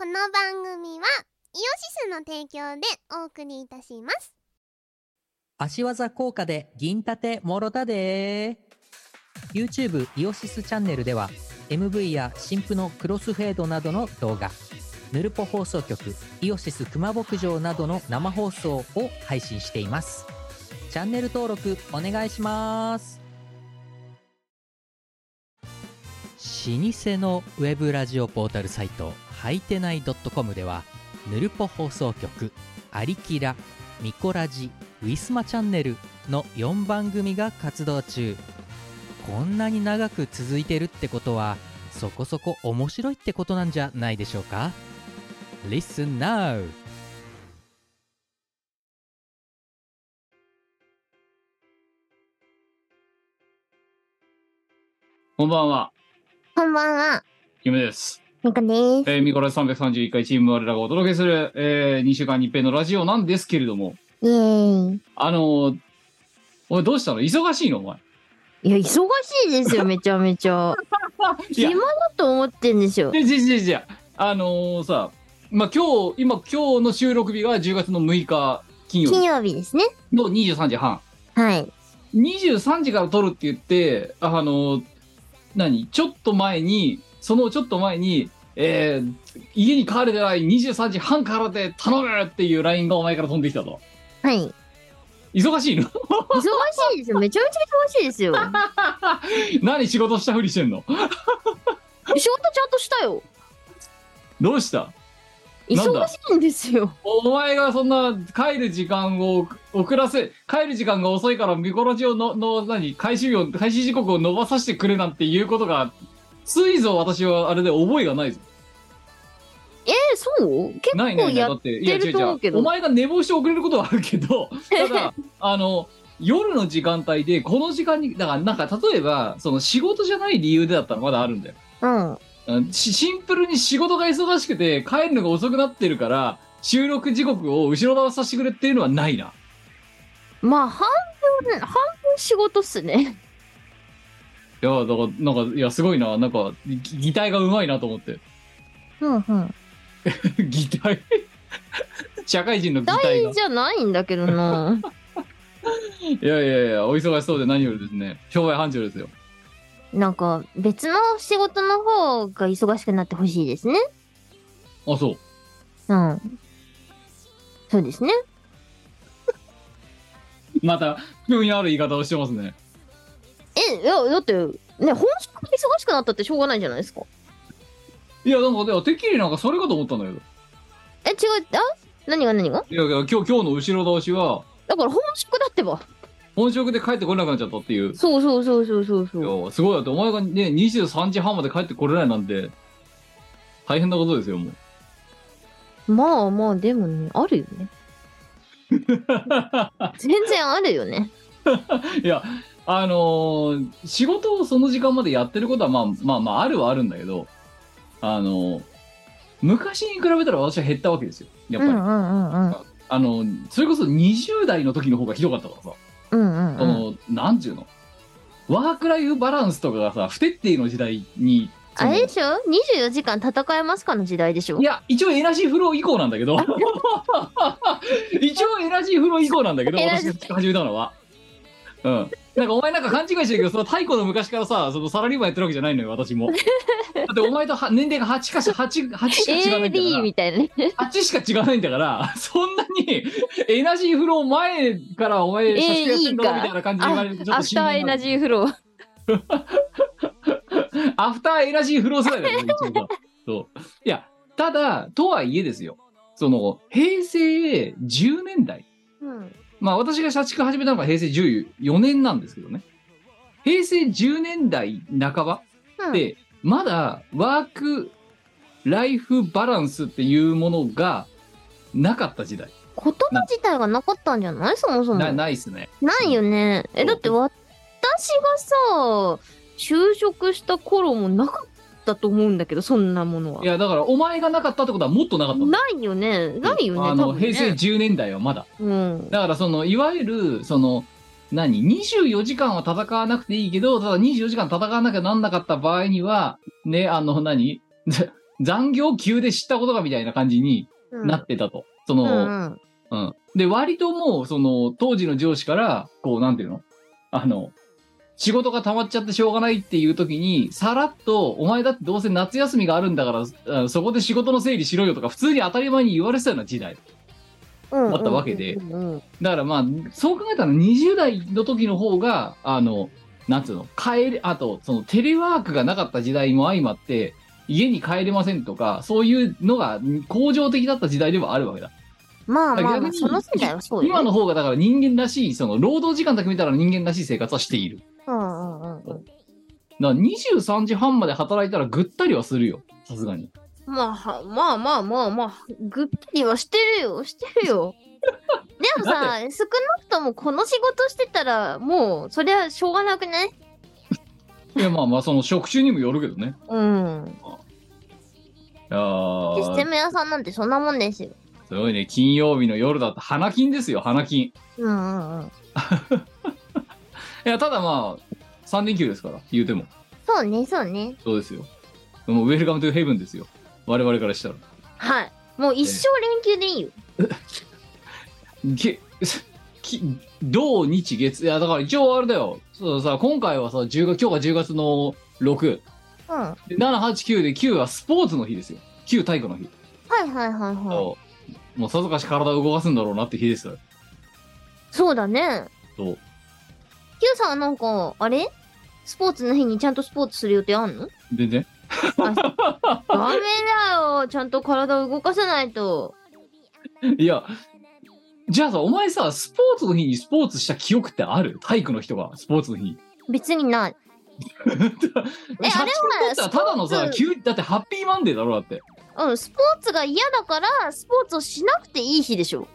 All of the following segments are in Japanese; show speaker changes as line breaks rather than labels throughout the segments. の番組はイオシスの提供でお送りいたします
足技効果で銀盾もろたで YouTube イオシスチャンネルでは MV や新婦のクロスフェードなどの動画ヌルポ放送局イオシス熊牧場などの生放送を配信していますチャンネル登録お願いします老舗のウェブラジオポータルサイトはいてない .com ではぬるぽ放送局「アリキラ」「ミコラジ」「ウィスマチャンネル」の4番組が活動中こんなに長く続いてるってことはそこそこ面白いってことなんじゃないでしょうか Listen now!
こんばんは、
こんばんは
ゆめです。
みこです
えー、ミコラス331回チーム我らがお届けする、えー、2週間に一遍のラジオなんですけれども、
イエーイ
あのー、お前どうしたの忙しいのお前。
いや、忙しいで すよ、めちゃめちゃ。
いや
暇だと思ってんですよ。
で、じゃじゃじゃあのー、さ、まあ、今日、今、今日の収録日が10月の6日金曜
金
日
曜日ですね。
の23時半。
はい。
23時から撮るって言って、あのー、何ちょっと前に、そのちょっと前に、えー、家に帰れてない23時半からで頼むっていう LINE がお前から飛んできたと。
はい。 忙
忙しいの
しいですよ、めちゃめちゃ忙しいですよ。仕
何仕事したふりしてんの
事ちゃんとしたよ。
どうしたなんだ
忙しいんですよ。
お前がそんな帰る時間を遅らせ帰る時間が遅いから見殺しをのの何開始日を開始時刻を伸ばさせてくれなんていうことがついぞ私はあれで覚えがないぞ
えー、そう結
ないな
構
いない
や
だ
っ
ってい
てると思うけど
お前が寝坊して遅れることはあるけ どただあの夜の時間帯でこの時間にだからなんか例えばその仕事じゃない理由でだったらまだあるんだよ
うん。
うんシシンプルに仕事が忙しくて帰るのが遅くなってるから収録時刻を後ろ倒させてくれっていうのはないな。
まあ、半分、半分仕事っすね。
いや、だから、なんか、いや、すごいな。なんか、ぎ擬態がうまいなと思って。
うんうん。
擬態社会人の擬態が
大。じゃないんだけど な。
いやいやいや、お忙しそうで何よりですね。商売繁盛ですよ。
なんか、別の仕事の方が忙しくなってほしいですね。
あ、そう。
うん。そうですね。
また、風味のある言い方をしてますね。
え、いや、だって、ね、本職が忙しくなったってしょうがないじゃないですか。
いや、なんか、でもてっきりなんかそれかと思ったんだけど。
え、違う、あ何が何が
いやいや、今日、今日の後ろ倒しは、
だから本職だってば。
本職で帰ってこれなくなっちゃったっていう。
そうそうそうそうそう
い
そう。
やすごいだってお前がね23時半まで帰ってこれないなんて大変なことですよもう
まあまあ、でもね、あるよ ね。全然あるよね。
いやあのー仕事をその時間までやってることはまあまあまああるはあるんだけどあのー昔に比べたら私は減ったわけですよやっ
うんう
ぱ
ん
り、
うんうん。
あのそれこそ20代の時の方がひどかったからさ、
うん
あ
うんうん。
のなんちゅうのワークライフバランスとかがさ不徹底の時代にそ
あ
の
れでしょ ?24 時間戦えますかの時代でしょ
いや、一応エナジーフロー以降なんだけど、 一応エナジーフロー以降なんだけど、
エナ
私
ジー
が始めたのは。うん。なんかお前なんか勘違いしてるけど、その太古の昔からさ、そのサラリーマンやってるわけじゃないのよ、私 も。だってお前とは年齢が8かし、8、8しか違わないんだ
AD みたいなね。
から、8しか違わないんだから、 そんなにエナジーフロー前からお前、写真やってんだろみたいな感じで言われると、ちょっ
ア
と
フターエナ
ジ
ジーフロー。
ー。アフターエナジーフロー世代だよね、一応さそう。いや、ただ、とはいえですよ。その、平成10年代。
うん。
まあ私が社畜始めたのが平成14年なんですけどね。平成10年代半ばって、まだワーク、ライフバランスっていうものがなかった時代。
言葉自体がなかったんじゃないそもそも。
なないっすね。
ないよね。
そ
え、
う
だって私がさ、就職した頃もなかったと思うんだけど、そんなものは。
いや、だからお前がなかったってことはもっとなかった。
ないよね。ないよね。
あ
多
の、
分ね
平成10年代はまだ。
うん。
だからその、いわゆる、その、何 ?24 時間は戦わなくていいけど、ただ24時間戦わなきゃなんなかった場合には、ね、あの、何 残業級で知ったことがみたいな感じに
うん
なってたと。そうの、
んうん
うん。で、割ともう、その、当時の上司から、こう、なんていうのあの、仕事が溜まっちゃってしょうがないっていう時に、さらっと、お前だってどうせ夏休みがあるんだから、あそこで仕事の整理しろよとか、普通に当たり前に言われてたような時代。
うん
あったわけで
うんうん
だからまあ、そう考えたら20代の時の方が、あの、なんつうの、帰れ、あと、そのテレワークがなかった時代も相まって、家に帰れませんとか、そういうのが向上的だった時代ではあるわけだ。
まあまあ
逆
まあ、
に
その世代はそうよ。
今の。方がだから人間らしい、その労働時間だけ見たら人間らしい生活はしている。
うんうんうんうん。
だから23時半まで働いたらぐったりはするよ。さすがに。
まあは、まあまあまあまあ、ぐっりはしてるよ、して るよ。でもさ、少なくともこの仕事してたら、もう、そりゃしょうがなくない
いやまあまあ、その職種にもよるけどね。
うん。
いや
シス
ー
テム屋さんなんてそんなもんですよ。
すごいね。金曜日の夜だと花金ですよ、花金。
うんうんうん。
いや、ただまあ、3連休ですから、言うても。
そうね、そうね。
そうですよ。もう、ウェルカムトゥヘブンですよ。我々からしたら。
はい。もう一生連休でいいよ。
げ、 き、土日月、いや、だから一応あれだよ。そうさ、今回はさ、10月、今日が10月の6。
うん。は
で7、8、9で9はスポーツの日ですよ。9体育の日。
いはいはいはい。
そうもうさぞかし体を動かすんだろうなって日ですよ。
そうだね。
そう。
Q さんはなんか、あれスポーツの日にちゃんとスポーツする予定あんの
全然。
ダメだよ。ちゃんと体を動かさないと。
いや、じゃあさ、お前さ、スポーツの日にスポーツした記憶ってある体育の人が、スポーツの日に。
別にない。
え
あれは
ただのさ
スポーツ
急にだってハッピーマンデーだろだって
うん、スポーツが嫌だから、スポーツをしなくていい日でしょ。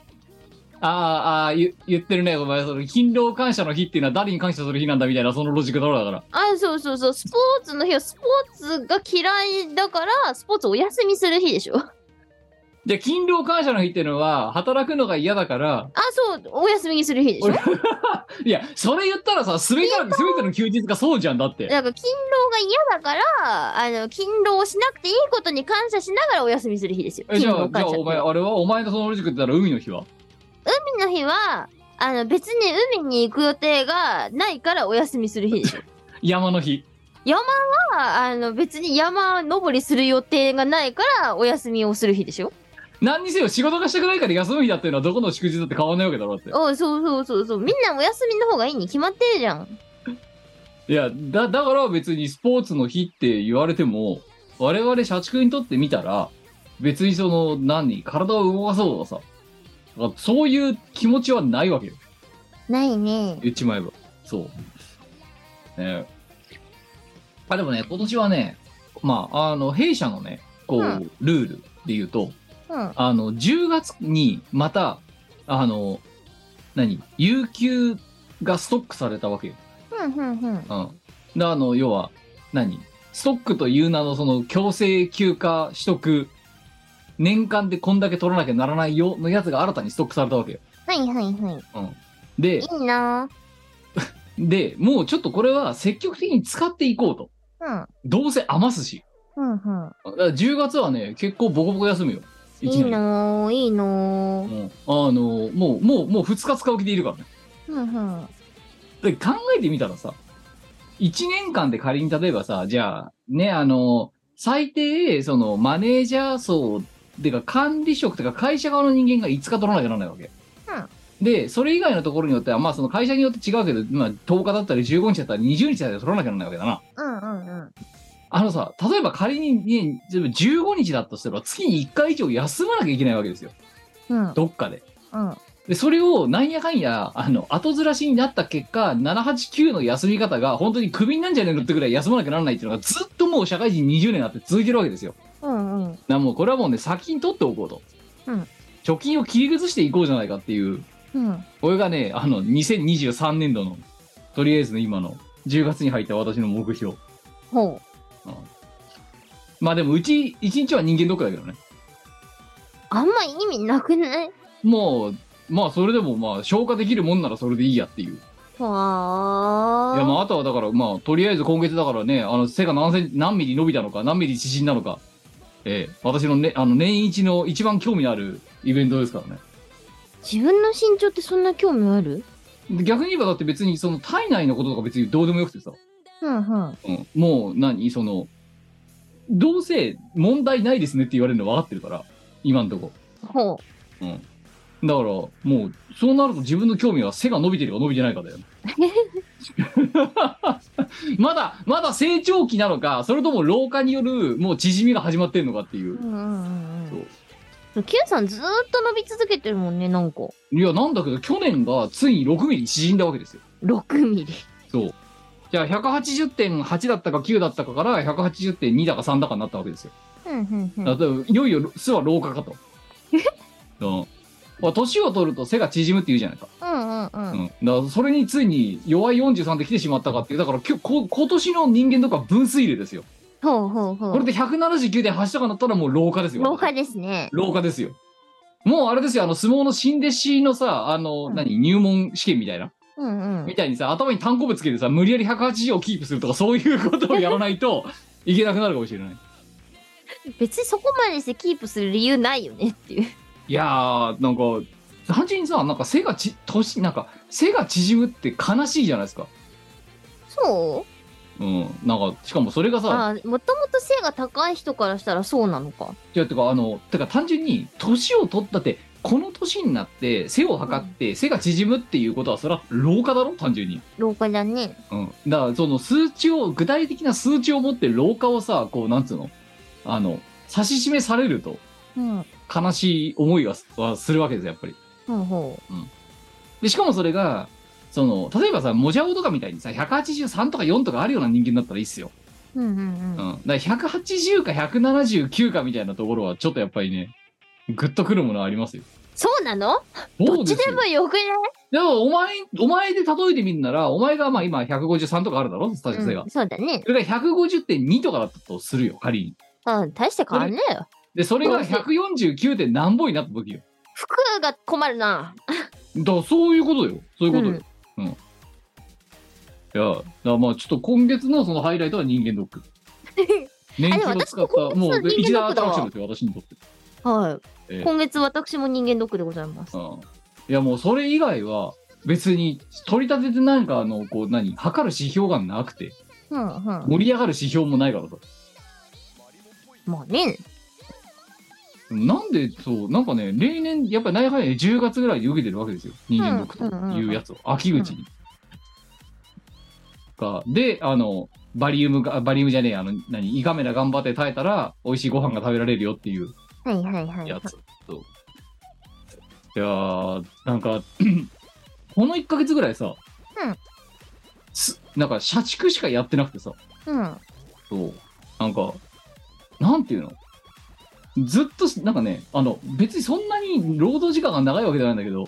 あーあー言言ってるねお前その勤労感謝の日っていうのは誰に感謝する日なんだみたいなそのロジックだろだから
あ、そうそうそう。スポーツの日はスポーツが嫌いだから、スポーツお休みする日でしょ。 あ、
で勤労感謝の日っていうのは働くのが嫌だから
そう。お休みにする日でしょ。
俺いやそれ言ったらさ全ての全ての休日がそうじゃんだって
なんか勤労が嫌だから、あの、勤労をしなくていいことに感謝しながらお休みする日ですよ。
えじ
勤
ゃ
労
あじゃ
感
あ
謝
お前
の日。
あれはお前のそのロジックって言ったら海の日は
海の日は、あの、別に海に行く予定がないからお休みする日でしょ。
山の日
は、あの、別に山登りする予定がないからお休みをする日でしょ。
何にせよ仕事がしたくないから休む日だっていうのはどこの祝日だって変わんないわけだろだって
おうそうそうそうそう。みんなお休みの方がいいに決まってるじゃん。
いやだだから別にスポーツの日って言われても我々社畜にとってみたら別にその何体を動かそうとかさあそういう気持ちはないわけよ
ないね。
言っちまえばそうねあでもね今年はねまああの弊社のねこう、
うん
ルールで言うと
うん。
あの10月にまたあの何有給がストックされたわけよ
ふんふんふん。
うん。で、あの、要は、何ストックという名のその強制休暇取得、年間でこんだけ取らなきゃならないよのやつが新たにストックされたわけよ。
はいはいはい。
で、
いいな
で、もうちょっとこれは積極的に使っていこうと。
ぁ。
どうせ余すし。
うん。うんうん。
だから10月はね、結構ボコボコ休むよ。い
い
き
い
なり。
なぁ、いいなぁ。
うんあの、もう、もう、もう2日使う気でいるからね。
うんうん。
で考えてみたらさ、1年間で仮に例えばさ、じゃあ、ね、あの、最低、その、マネージャー層、てか管理職とか会社側の人間が5日取らなきゃならないわけ。で、それ以外のところによっては、まあその会社によって違うけど、まあ10日だったり15日だったり20日だったり取らなきゃならないわけだな。
うんうんうん。
あのさ、例えば仮に、ね、15日だとすれば月に1回以上休まなきゃいけないわけですよ。
うん
どっかで。
うん。
で、それをなんやかんや、あの、後ずらしになった結果、789の休み方が本当にクビになんじゃねえのってぐらい休まなきゃならないっていうのがずっともう社会人20年あって続いてるわけですよ。
うんうん。
なもうこれはもうね、先に取っておこうと。
うん
貯金を切り崩していこうじゃないかっていう、
うん。
これがね、あの、2023年度の、とりあえずの今の、10月に入った私の目標。
ほう。
うんまあでも、うち1日は人間ドックだけどね。
あんま意味なくない
もう、まあそれでもまあ消化できるもんならそれでいいやっていう。
はい
や
ぁ。
まああとはだからまあとりあえず今月だからねあの背が何セン何ミリ伸びたのか何ミリ縮んだのかええ、私の,、ね、あの年一の一番興味のあるイベントですからね。
自分の身長ってそんな興味ある
で逆に言えばだって別にその体内のこととか別にどうでもよくてさ、
うんうん。
うん、もう何その、どうせ問題ないですねって言われるの分かってるから、今んとこ。
ほう。
うん。だから、もう、そうなると自分の興味は背が伸びてるか伸びてないかだよ。まだ、まだ成長期なのか、それとも老化による、もう縮みが始まってんのかっていう
う。んうんうん
そう
うん。キュンさんずーっと伸び続けてるもんね、なんか。
いや、なんだけど、去年がついに6ミリ縮んだわけですよ。
6ミリ。
そう。じゃあ、180.8だったか9だったかから、180.2だか3だかになったわけですよ。
うんうんう
だ
ん。
からいよいよ、巣は老化かと。うんまあ。年を取ると背が縮むって言うじゃないか。
うんうんう。
うんん。だから、それについに弱い43で来てしまったかっていう。だから、きょこ今年の人間とか分水嶺ですよ。
ほうほうほ
これ
う。
で179.8とかなったらもう老化ですよ。
老化ですね。
廊下ですよ。もうあれですよ、あの、相撲の新弟子のさ、あの、
うん
何、入門試験みたいな、
うんうん
み。たいにさ、頭に単行部つけてさ、無理やり180をキープするとか、そういうことをやらない といけなくなるかもしれない。
別にそこまでしてキープする理由ないよねっていう。
いやー、なんか、単純にさ、なんか背がち、年、なんか、背が縮むって悲しいじゃないですか。
そ
う
う
ん。なんか、しかもそれがさ、
あもともと背が高い人からしたらそうなのか。
じゃてか、あの、てか単純に、年を取ったって、この年になって、背を測って、背が縮むっていうことは、それは老化だろ単純に。
老化だね。
うん、だからその数値を具体的な数値を持って老化をさこうなんつうのあの指し示されると
うん。
悲しい思いははするわけですよやっぱり
ほうほ
でしかもそれがその例えばさモジャオとかみたいにさ183とか4とかあるような人間だったらいいっすよ、
う。うんう
うん
うん。
ん、だから180か179かみたいなところはちょっとやっぱりねグッとくるものはありますよ
そうなの
ど
どっちでもよくない
でもお前お前で例えてみるならお前がまあ今153とかあるだろスタジオ性が、
うんそうだね。
それが150.2とかだったとするよ仮に
うん、大して変わんねえよ。
で、それが149で何本になった時よ。
服が困るな。
だからそういうことよ。そういうこと
う
よ。うん。いや、だからまあちょっと今月のそのハイライトは人間ドッ ク。年金
あで
を
も
使っ
私も
た、も
今
う
月の
一
人間
大
ド
ア
ックだ
ト
わ
ラクションですよ、私にとって。
は
ええ
い。今月私も人間ドックでございます。
うん。いや、もうそれ以外は、別に取り立ててなんかあの、こう何、測る指標がなくて、
うんうん。ま
盛り上がる指標もないからさ。
あね。
なんで、そう、なんかね、例年、やっぱり内科で10月ぐらいで受けてるわけですよ。人間ドックというやつを、秋口に。がで、あの、バリウムが、あバリウムじゃねえ、あの、何、胃カメラ頑張って耐えたら、美味しいご飯が食べられるよっていう
はいはいはい
や
はい。
つ。そういやー、なんか、 この1ヶ月ぐらいさ、
うん
すなんか、社畜しかやってなくてさ、
うん。
そう。なんか、なんていうのずっとし、なんかね、あの、別にそんなに労働時間が長いわけじゃないんだけど、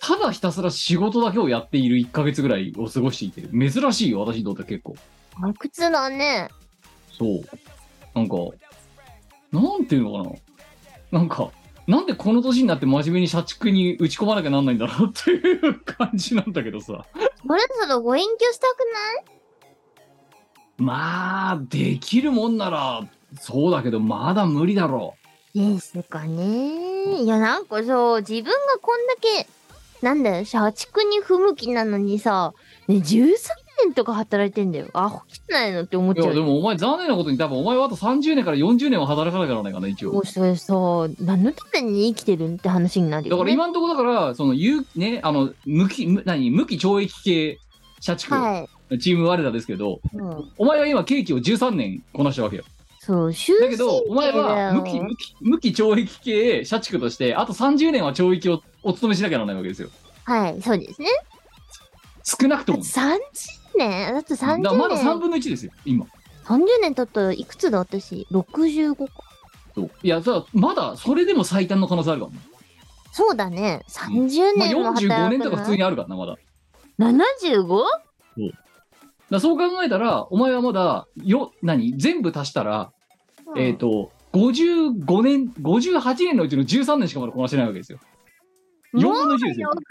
ただひたすら仕事だけをやっている1ヶ月ぐらいを過ごしていて、珍しいよ、私にとって結構。
あ苦痛だね。
そう。なんか、なんていうのかな。なんか、なんでこの年になって真面目に社畜に打ち込まなきゃなんないんだろうっていう感じなんだけどさ。
そろそろご隠居したくない
まあ、できるもんなら、そうだけど、まだ無理だろう。
ですかね。いや、なんかそう、自分がこんだけ、なんだよ、社畜に不向きなのにさ、ね、13年とか働いてんだよ。アホじゃないのって思っ
い
ちゃ
や、で
う。
もお前、残念なことに、多分お前はあと30年から40年は働かなきゃならないかな、一
も
応
う。それさ、何のために生きてるんって話になる
だ
よ、
から
ね。
今のところ、だから、その、有ね、あの、無期、無何、無期懲役系、社畜、
はい。
チーム我らですけど、
うん、
お前は今、刑期を13年こなしたわけよ。
そう、終身
だけど、お前は無期、
刑だよ
無期、無期懲役系、社畜として、あと30年は懲役をお勤めしなきゃならないわけですよ。
はい、そうですね。
少なくとも。
30年だって
だから
30
まだ3
年。
分の1ですよ、今。
30年経ったらいくつだ私 ?65 か。
そういや、さまだ、それでも最短の可能性あるからね。
そうだね。30
まあ、
年も働くな
45年とか普通にあるからな、まだ。
75?
だからそう考えたら、お前はまだ、よ、何全部足したら、
うん
えっ、と、55年、58年のうちの13年しかまだこなしてないわけですよ。4
もう
分の1です
よ
よ
く。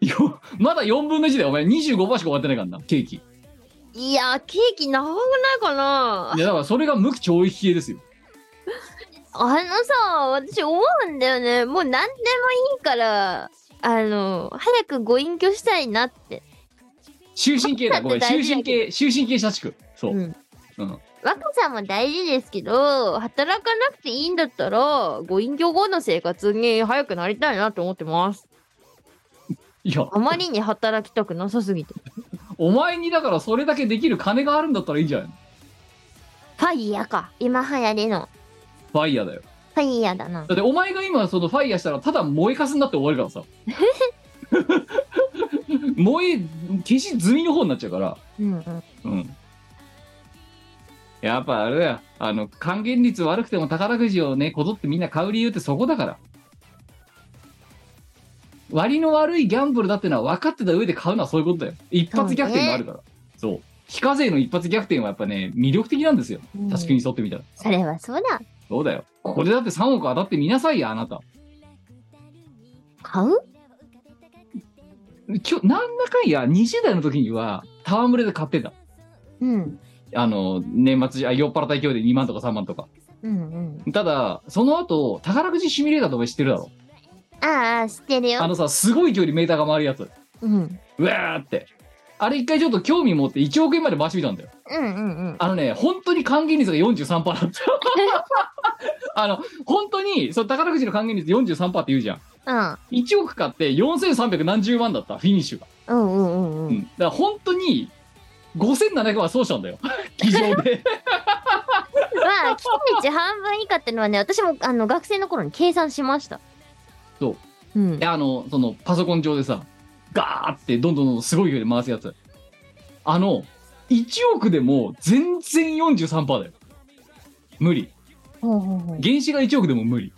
よまだ4分の1だよ。お前25%しか終わってないからな、ケーキ。い
ないいや、ケーキ長くないかな
や、だからそれが無期懲役系ですよ。
あのさ、私思うんだよね。もう何でもいいから、あの、早くご隠居したいなって。
終身刑だ、ごめん、
だって
終
大事だ
身
け
刑、終身刑社畜。そう。
うん
うん
若さも大事ですけど、働かなくていいんだったら、ご隠居後の生活に早くなりたいなと思ってます。
いや、
あまりに働きたくなさすぎて。
お前にだからそれだけできる金があるんだったらいいんじゃないの
ファイヤーか。今流行りの。
ファイヤーだよ。
ファイヤーだな。
だってお前が今そのファイヤーしたらただ燃えかすになって終わるからさ。燃え、消し済みの方になっちゃうから。
うんうん。
うん。やっぱあれだよ。あの、還元率悪くても宝くじをね、こぞってみんな買う理由ってそこだから。割の悪いギャンブルだってのは分かってた上で買うのはそういうことだよ。一発逆転があるから。そう,、非課税の一発逆転はやっぱね、魅力的なんですよ。
うん
確かに沿ってみたら。
それはそうだ。
そうだよ。ここでだって3億当たってみなさいよ、あなた。
買う
今日、なんだかんや、20代の時には、戯れで買ってた。
うん。
あの、年末じゃ、あ酔っ払った勢いで2万とか3万とか。
うんうん。
ただ、その後、宝くじシミュレーターとか知ってるだろ。
ああ、知ってる
あ
よ。
のさ、すごい距離メーターが回るやつ。
うん。
うわーって。あれ一回ちょっと興味持って1億円まで回してみたんだよ。
うんうんうん。
あのね、本当に還元率が43%だった。あの、本当に、その宝くじの還元率43%って言うじゃん。
うん。
1億買って4300何十万だった、フィニッシュが。
うんうんうんう。
うんん。だから本当に、5700はそうしたんだよ。 以上で。
まあ、期待値半分以下ってのはね、私もあの学生の頃に計算しました。。
そう
うん
で、。あの、その、パソコン上でさ、ガーってどんどんどんどんすごい勢いで回すやつ。あの、1億でも全然43%だよ。無理。
ほうほうほう
原子が1億でも無理。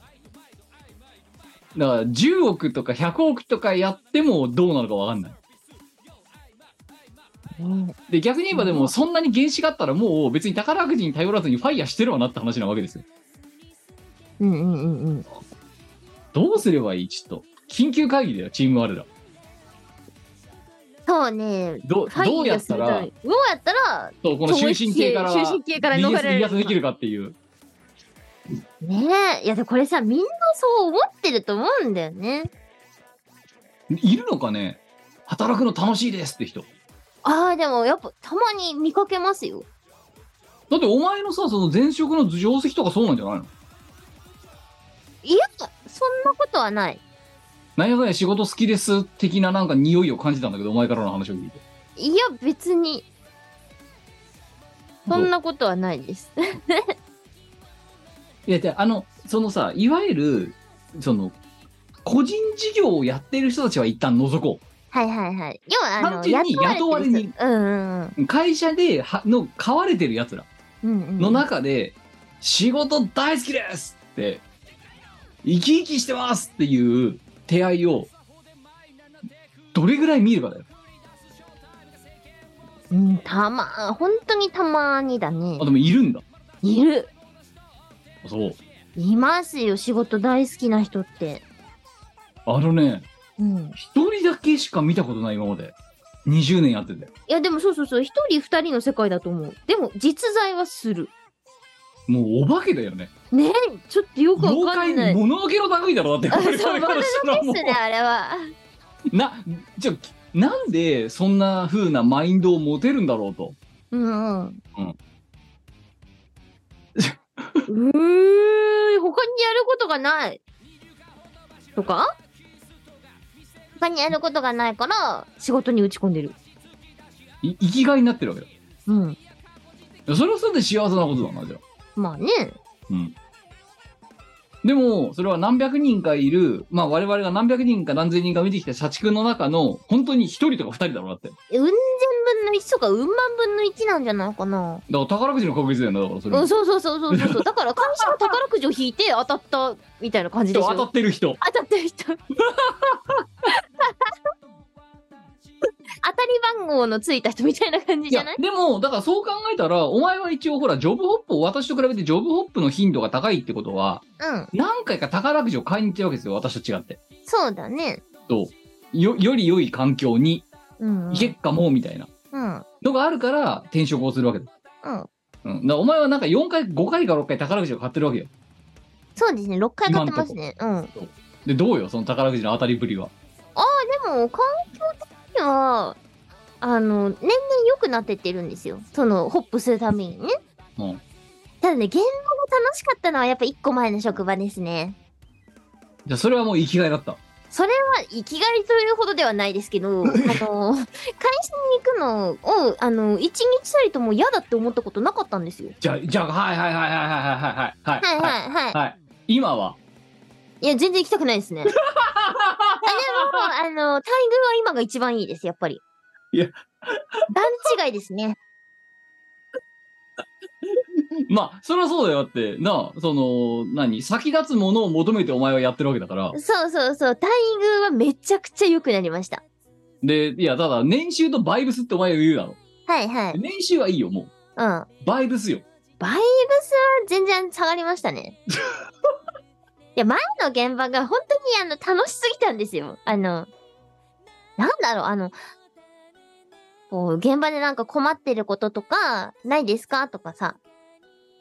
だから、10億とか100億とかやってもどうなるかわかんない。
ね
で、逆に言えばでも、そんなに原子があったらもう別に宝くじに頼らずにファイヤーしてるわなって話なわけですよ。
うんうんうんうん。
どうすればいいちょっと。緊急会議だよ、チーム我ら。
そうね。
どうどうやったら、
どうやったら、
そうこの終身系から、
終身系から逃れら
離
れる
脱できるかっていう。
ねえ。いや、でこれさ、みんなそう思ってると思うんだよね。
いるのかね働くの楽しいですって人。
ああ、でもやっぱたまに見かけますよ。
だってお前のさ、その前職の定石とかそうなんじゃないの
いや、そんなことはない。
何やかんや仕事好きです的ななんか匂いを感じたんだけど、お前からの話を聞いて。
いや、別に。そんなことはないです。
いや、じゃあ、あの、そのさ、いわゆる、その、個人事業をやってる人たちは一旦除こ
はいはいはい。要は、あの、
単純に
雇われてる人うんうんうん。
う。会社で、は、の、買われてる奴ら
うんうん、
の中で、仕事大好きですって、生き生きしてますっていう手合いを、どれぐらい見るかだよ。
うん、たま本当にたまにだね
あ、でもいるんだ。
いる
そう。
いますよ仕事大好きな人って
あのね、
うん
一人だけしか見たことない今まで。20年やってて。
いやでもそうそうそう一人二人の世界だと思うでも実在はする
もうお化けだよね。
ねえちょっとよく
妖
わかんな
怪、
い
物のけの類だろ、だって。
あ
これ
そう
これしたら
で
もう
すねあれは
な、じゃあなんでそんな風なマインドを持てるんだろうと。
うんうん
うん
うーん他にやることがないとか他にやることがないから仕事に打ち込んでる
い生きがいになってるわけだい
うん
や。それはそれで幸せなことだな、じゃあ。
まあね
うん。でも、それは何百人かいる、まあ我々が何百人か何千人か見てきた社畜の中の、本当に一人とか二人だろう、だって。だか
うん千分の1とかうん万分の1なんじゃないかな。
ら宝くじの確率だよな、だからそれ
う
も。
ん、そうそうそうそうそう そう。だから会社の宝くじを引いて当たったみたいな感じで
人
しょ。
当たってる人。
当たって る人。当たり番号のついた人みたいな感じじゃない
いやでもだからそう考えたらお前は一応ほらジョブホップを私と比べてジョブホップの頻度が高いってことは
うん。
何回か宝くじを買いに行ってるわけですよ私と違って
そうだね。
とよより良い環境に
うん。うん。
行けっかもみたいな
うん。
のがあるから転職をするわけだ,、
うん。
うん、だからお前はなんか4回5回か6回宝くじを買ってるわけよ
そうですね、6回買ってますね。うん。
で、
で
どうよ、その宝くじの当たりぶりは。
も、環境的には、あの、年々良くなってってるんですよ。その、ホップするためにね。
うん
ただね、現場が楽しかったのはやっぱ1個前の職場ですね。
じゃあ、それはもう生きがいだった。
それは生きがいというほどではないですけ ど、あの、会社に行くのを、あの、一日たりとも嫌だって思ったことなかったんですよ。
じゃあ、じゃあ、はいはいはいはいはいはい
はい
はい。はい
はいはい。
はい。今は、
いや、全然行きたくないです ね。あでも、あの、待遇は今が一番いいです、やっぱり。
いや。
段違いですね。
まあ、それはそうだよだって、なあ、その、何、先立つものを求めてお前はやってるわけだから。
そうそうそう、待遇はめちゃくちゃ良くなりました。
で、いや、ただ、年収とバイブスってお前が言うだろ。
はいはい。うん。
年収はいいよ、もう。
バ
バイブスよ。
イブスは全然下がりました ね。いや、前の現場が本当にあの楽しすぎたんですよ。あの、なんだろう、あの、こう、現場でなんか困ってることとか、ないですかとかさ、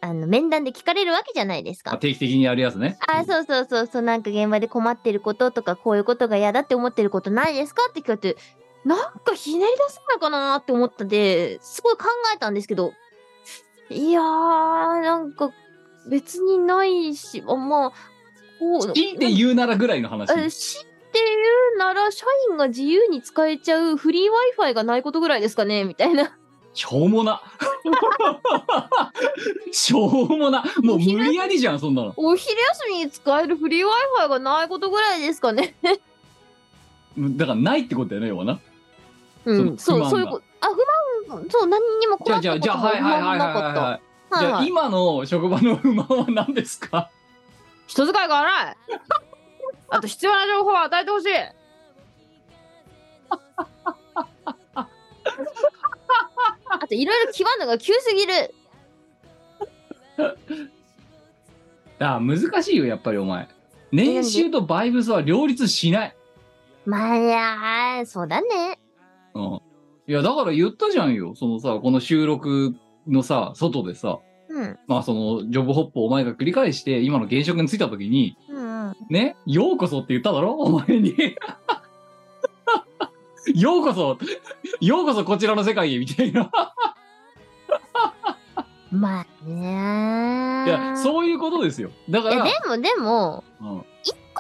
あの、面談で聞かれるわけじゃないですか
あ。定期的にやるやつね。
あ、そうそうそうそう、なんか現場で困ってることとか、こういうことが嫌だって思ってることないですかって聞かれて、なんかひねり出せないかなって思ったんで、すごい考えたんですけど、いやー、なんか別にないし、あまあ、こう、
いいって言うならぐらいの話。
え知ってるなら社員が自由に使えちゃうフリー Wi-Fi がないことぐらいですかねみたいな。
しょうも な。しょうもな。もう無理やりじゃん、そんなの。
お昼休みに使えるフリー Wi-Fi がないことぐらいですかね
だからないってことだよね、要はな。
うん、
そ
そ
の
う、そういうこあ、不満、そう、何にも
じゃ
困
あ、
っ
じ
た
ゃあ、じゃ
こと
あ、
も
はい
不
はい
満
は
も
い
な
は
か
い
った。
はい。じゃあ、
はい
今の職場の不満は何ですか
人使いが 荒い。あと必要な情報を与えてほしい。 あといろいろ極んのが急すぎる。
あ難しいよ、やっぱりお前。年収とバイブスは両立しない。
まあいやー、そうだね。
うん。いや、だから言ったじゃんよ。そのさ、この収録のさ、外でさ、
うん。
まあその、ジョブホップをお前が繰り返して、今の現職に就いた時に、
うん、
ね、ようこそって言っただろお前に。 ようこそようこそこちらの世界へみたいな。
まあね
いや、そういうことですよ。だか
いや
ら、
でもでも、
うん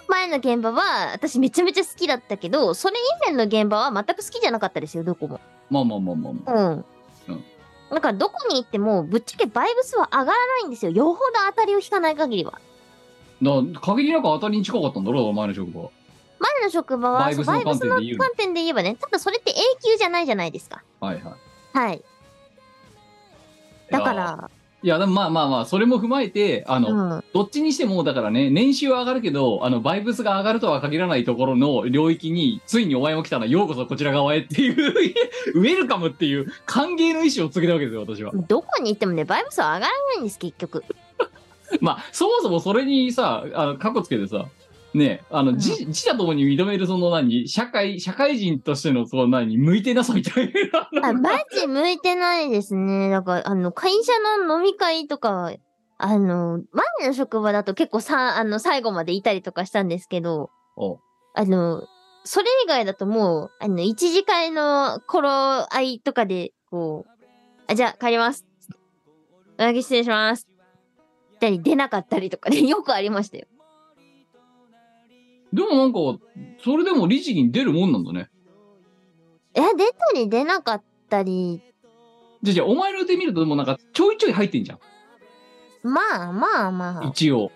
前の現場は私めちゃめちゃ好きだったけど、それ以前の現場は全く好きじゃなかったですよ、どこも。
まあまあまあまあまあ。
うん
うん。
だからどこに行ってもぶっちゃけバイブスは上がらないんですよ。よほど当たりを引かない限りは。
だから限りなく当たりに近かったんだろお前の職場は。
前の職場は
バイブスの観点で言う
そうバイブスの観点で言えばね、ただそれって永久じゃないじゃないですか。
の。はいはい。
はい。だから、
いや、でもまあまあまあ、それも踏まえて、あの、
うん。
どっちにしても、だからね、年収は上がるけど、あの、バイブスが上がるとは限らないところの領域に、ついにお前も来たな、ようこそこちら側へっていう、 ウェルカムっていう歓迎の意思を告げたわけですよ、私は。
どこに行ってもね、バイブスは上がらないんです、結局。
まあ、そもそもそれにさ、あの、カッコつけてさ、ね、あの、自、自他ともに認めるその何、社会、社会人としてのその何、向いてなさみたいな。
あマジ向いてないですね。だから、あの、会社の飲み会とかは、あの、前の職場だと結構さ、あの、最後までいたりとかしたんですけど、
おう
あの、それ以外だともう、あの、一次会の頃合いとかで、こう、あ、じゃあ帰ります。おやけ失礼します。だり出なかったりとかで よくありましたよ。
でもなんか、それでも理事に出るもんなんだね。
いや、出たり出なかったり、
じゃあじゃあお前の手見ると、でもなんか、ちょいちょい入ってんじゃん。
まあまあまあ。
一応。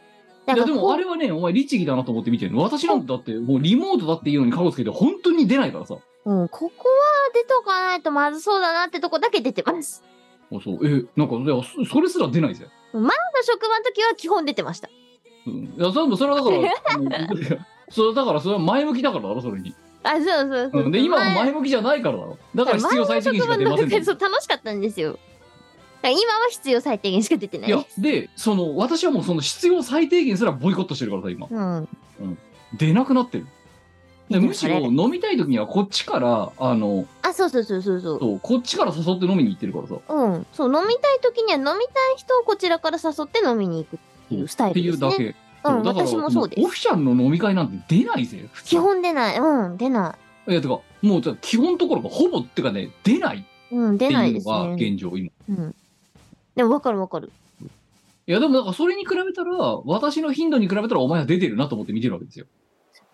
だ
い
か
やで
ら
も
こ
あれはね、お前律儀だなと思って見てるの。私なんてだって、もうリモートだっていうのにカゴつけて、本当に出ないからさ。
うん、ここは出とかないとまずそうだなってとこだけ出てます。
あそう、え、なんか、いやそそれすら出ないぜ。
ただ職場の時は基本出てました。
うん。いや、それもそれはだ から、あのそれだから、それは前向きだからだろ、それに。
あ、そうそうそう。
うん。で、今は
前
前向きじゃないからだろ。だから必要最低限しか
職
出
場
ま
の
せん
時
と
はそう楽しかったんですよ。だから今は必要最低限しか出てない
や
い。、
で、その、私はもうその必要最低限すらボイコットしてるからさ、今。
うん。
出なくなってる。でむしろ
それ
飲みたい時にはこっちから、あの、
あ、そうそうそうそうそう。
そうこっちから誘って飲みに行ってるからさ。
うん。そう、飲みたい時には飲みたい人をこちらから誘って飲みに行くっていうスタイ
ってい
ルで
う
す
だ
ね。
け。
うん、
だから
私もそうで
オフ
す。
ィシャルの飲み会なんて出ないぜ普通
基本出ない。うん、出ない
やてかもうじゃあ基本ところがほぼってかね出ないっ
い。うん、
て
出ない
い
で
う
す
のが
ね。
現状今い
うん。でも、わかるわかる。
やでもなんかそれに比べたら私の頻度に比べたらお前は出てるなと思って見てるわけですよ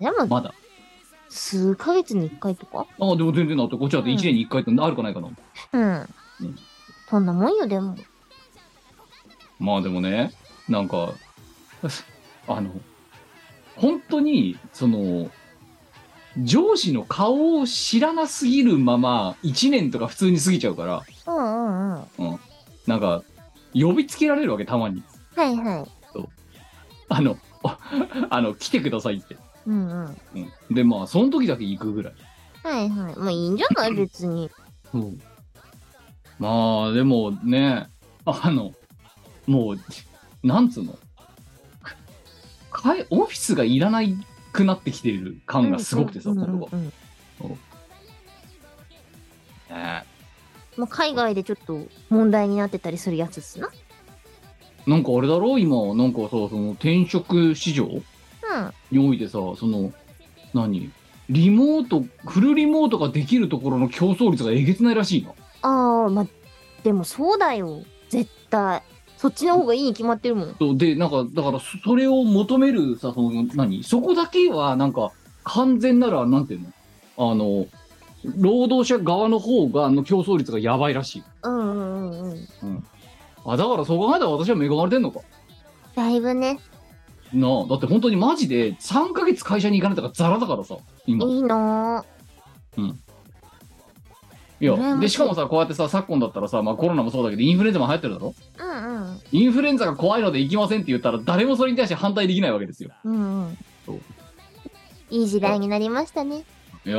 でも、
まだ
数ヶ月に一回とか
ああでも全然なってこっちだって1年に1回ってあるかないかな、
うん
うん。
そんなもんよ、でも。
まあでもねなんか あの本当にその上司の顔を知らなすぎるまま1年とか普通に過ぎちゃうから
うんうんうん。は
なんか呼びつけられるわけたまに
いはい。
あの ああの来てくださいって、
うんうん。は
うん、でまあその時だけ行くぐらい、
いはい。もういいんじゃない別に。
まあでもねあのもうなんつうのかえオフィスがいらないくなってきてる感がすごくてさ、
うん
こ
う
れ
ん
は
うん
ね
まあ、海外でちょっと問題になってたりするやつっすな。
なんかあれだろ今なんかさその転職市場
うん。
においてさその何リモートフルリモートができるところの競争率がえげつないらしいな
ああ、まあ、でもそうだよ。絶対。そっちの方がいいに決まってるもん。
そうでなんかだからそそれを求めるさその何そこだけはなんか完全ならなんていうのあの労働者側の方があの競争率がやばいらしい
うんうんうんうん。
あだからそう考えたら私は恵まれてんのか
だいぶね、
なあだって本当にマジで3ヶ月会社に行かないとかザラだからさ今
いいなあ
い
羨
や
ましい
でしかもさこうやってさ昨今だったらさ、まあ、コロナもそうだけどインフルエンザも流行ってるだろ
うんうん。
インフルエンザが怖いので行きませんって言ったら誰もそれに対して反対できないわけですよ
うんうん
そう。
いい時代になりましたね。
いや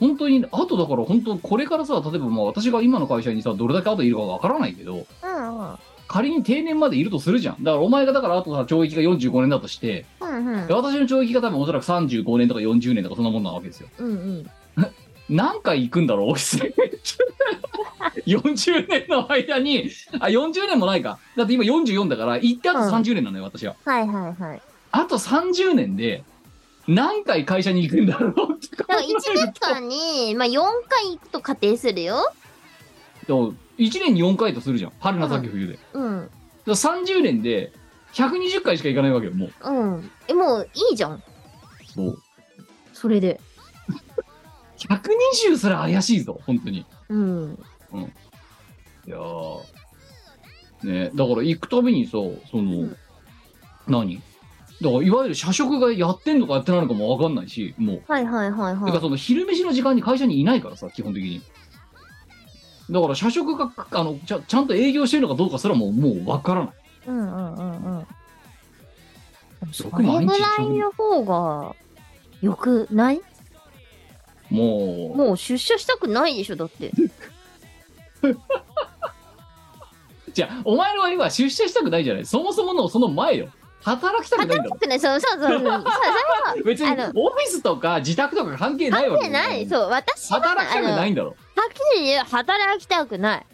本当にあとだから本当これからさ例えばまあ私が今の会社にさどれだけ後いるかわからないけど
うんうん。
仮に定年までいるとするじゃんだからお前がだからあとさ懲役が45年だとして
うんうん
で。私の懲役が多分おそらく35年とか40年とかそんなもんなわけですよ
うんうん。
何回行くんだろうオフィスに 40年の間にあ40年もないかだって今44だから行ってあと30年なのよ私は
はいはいはい。
あと30年で何回会社に行くんだろうって考
だから
える
1年
と
間に、まあ、4回行くと仮定するよ。
でも1年に4回とするじゃん春夏秋冬で、だか
うん。
ら30年で120回しか行かないわけよもう
うん。え、もういいじゃん。それで。
120すら怪しいぞ本当に
うん。
いやーねだから行くたびにさその、
うん
何だからいわゆる社食がやってんのかやってないのかも分かんないしもう
はいはいはい
だから
は
その昼飯の時間に会社にいないからさ基本的にだから社食があのちゃちゃんと営業してるのかどうかすらもうもう分からない
い。うんうんうんうん。
そ
これぐらいの方がよくない
もう
もう出社したくないでしょ、だって。
じゃあお前の割は出社したくないじゃないそもそものその前よ働きたくないんだろ
くない、そうそうそう。 そう、それは、
別にオ
あ
フィ
の
スとか自宅とか関係ないわ
関
け
係
だよ
ない。そう、私は、
働きたくな
あ
い
の、
んだろ
はっきり言う、働きたくない。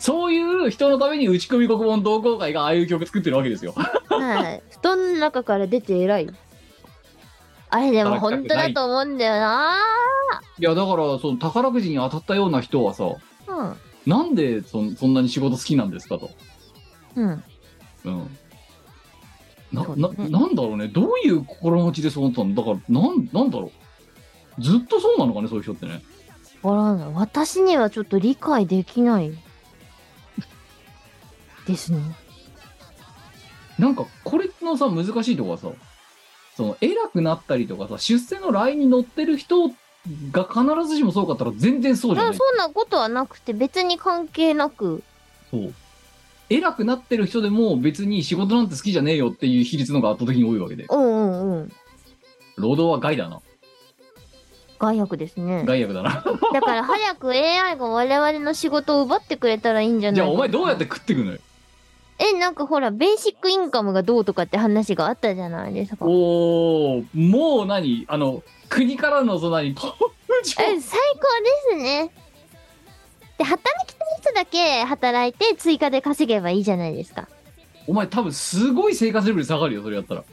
そういう人のために打ち込み国本同好会がああいう曲作ってるわけですよ
はい。布団の中から出て偉い。あれでも本当だと思うんだよない
やだからその宝くじに当たったような人はさ
うん。
なんでそんそんなに仕事好きなんですかと
うん。
うんな
そう
な
だね
なんだろうねどういう心持ちでそうなったのだからなんなんだろうずっとそうなのかねそういう人ってね
わからない。私にはちょっと理解できない。 ですね。
なんかこれのさ難しいとこはさその偉くなったりとかさ出世のラインに乗ってる人が必ずしもそうかったら全然そう
い
じゃ
や
ない
そんなことはなくて、別に関係なく。
そう偉くなってる人でも別に仕事なんて好きじゃねえよっていう比率の方が圧倒的に多いわけで
うんうんうん。
労働は害だな
害悪ですね。
害悪だな
だから早く AI が我々の仕事を奪ってくれたらいいんじゃな
じ
い
ゃ
か
あ
な
お前どうやって食ってくのよ
え、なんかほら、ベーシックインカムがどうとかって話があったじゃないですか。
おおもう何あの国からのその何パ
え、最高ですね。で、働きたい人だけ働いて追加で稼げばいいじゃないですか。
おお前多分すごい生活レベル下がるよそれやったら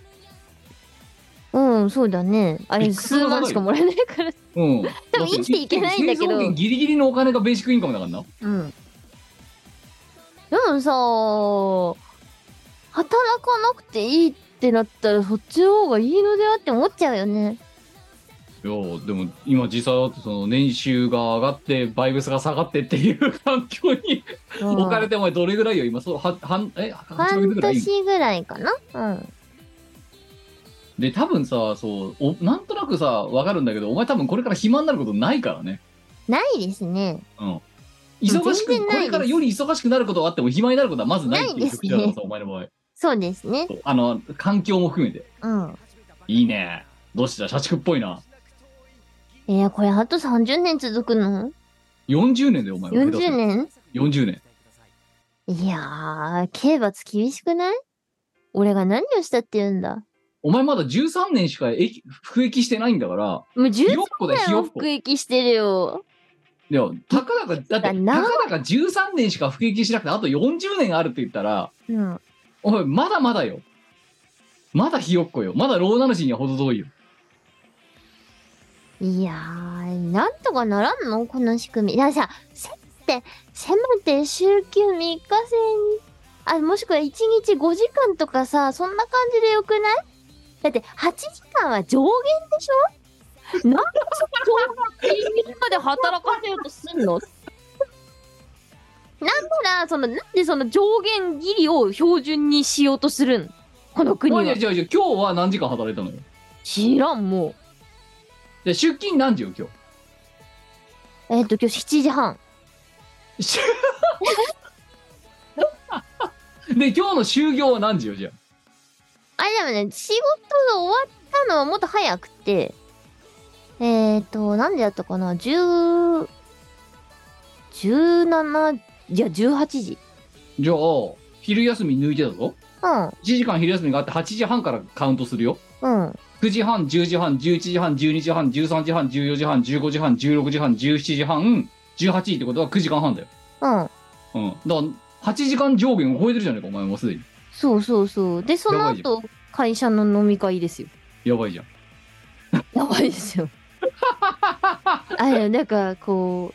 うん、そうだね。あ
い
れ、
くつも
数万しかもらえないか
う
ら。
んで
多分生きていけないんだけど
ギリギリのお金がベーシックインカムだからな
うん。でもさ、働かなくていいってなったら、そっちの方がいいのではって思っちゃうよね。
いやーでも今実際だってその年収が上がってバイブスが下がってっていう環境に
うん
置かれてお前どれぐらいよ今そうは半え八ヶ
半
月ぐらい
年ぐらいかな。うん。
で多分さそうおなんとなくさわかるんだけどお前多分これから暇になることないからね
ないですね。
忙しく
全然な
こ
いです
れからより忙しくなることはあっても暇になることはまずないって
ないいうです
特
ね
徴だからさお前の場合
そうですね。
そうあの環境も含めて
うん。
いいねどうした社畜っぽいな
えー、これあと30年続くの
40年だよお前
?40 年
40年
いやー、刑罰厳しくない俺が何をしたって言うんだ。
お前まだ13年しか役服役してないんだから
もう10
ひよっこだよひ
年
よ
を
っこ
服役してるよ。
いや、たかだか、だって、たか
な
だか13年しか服役しなくて、あと40年あるって言ったら、
うん。
お前、まだまだよ。まだひよっこよ。まだ老なるしには程遠いよ。
いやー、なんとかならんのこの仕組み。だからさ、せって、せめて週休3日制に、あ、もしくは1日5時間とかさ、そんな感じでよくないだって8時間は上限でしょなんでそこにみんまで働かせようとすんのなんなら、その、なんでその上限切りを標準にしようとするんこの国
い
は
や。いやいや、今日は何時間働いたのよ。
知らん、も
で、出勤何時よ、今
う。えっ、と、今日7時半。
日。 で、今日の就業は何時よ、じゃあ。
あれだもね、仕事が終わったのはもっと早くて、えっ、ー、と、何時だったかな ?10、17、いや、18時。
じゃあ、昼休み抜いてたぞ。
うん、
1時間昼休みがあって、8時半からカウントするよ。
うん。
9時半、10時半、11時半、12時半、13時半、14時半、15時半、16時半、17時半、18時ってことは9時間半だよ。
う
う
ん。
ん。だから、8時間上限を超えてるじゃないか、お前もうすでに。
そうそうそう。で、その
やばいじ
後、会社の飲み会ですよ。
やばいじゃん。
やばいですよ。あれ、なんか、こ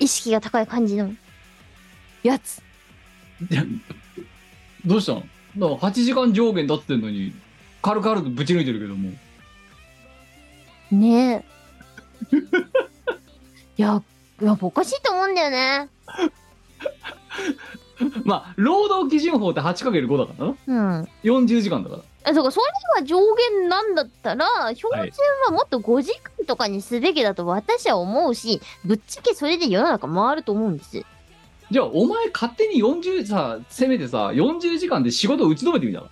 う、意識が高い感じの、やつ。
どうしたのだから、8時間上限だってんのに、軽々とぶち抜いてるけども。
ねえ。いや、やっぱおかしいと思うんだよね。
まあ、労働基準法って 8×5 だからな。
うん。
40時間だから。
あそうか、それが上限なんだったら、標準はもっと5時間とかにすべきだと私は思うし、ぶっちゃけそれで世の中回ると思うんです。
じゃあ、お前勝手に40さ、せめてさ、40時間で仕事を打ち止めてみたら。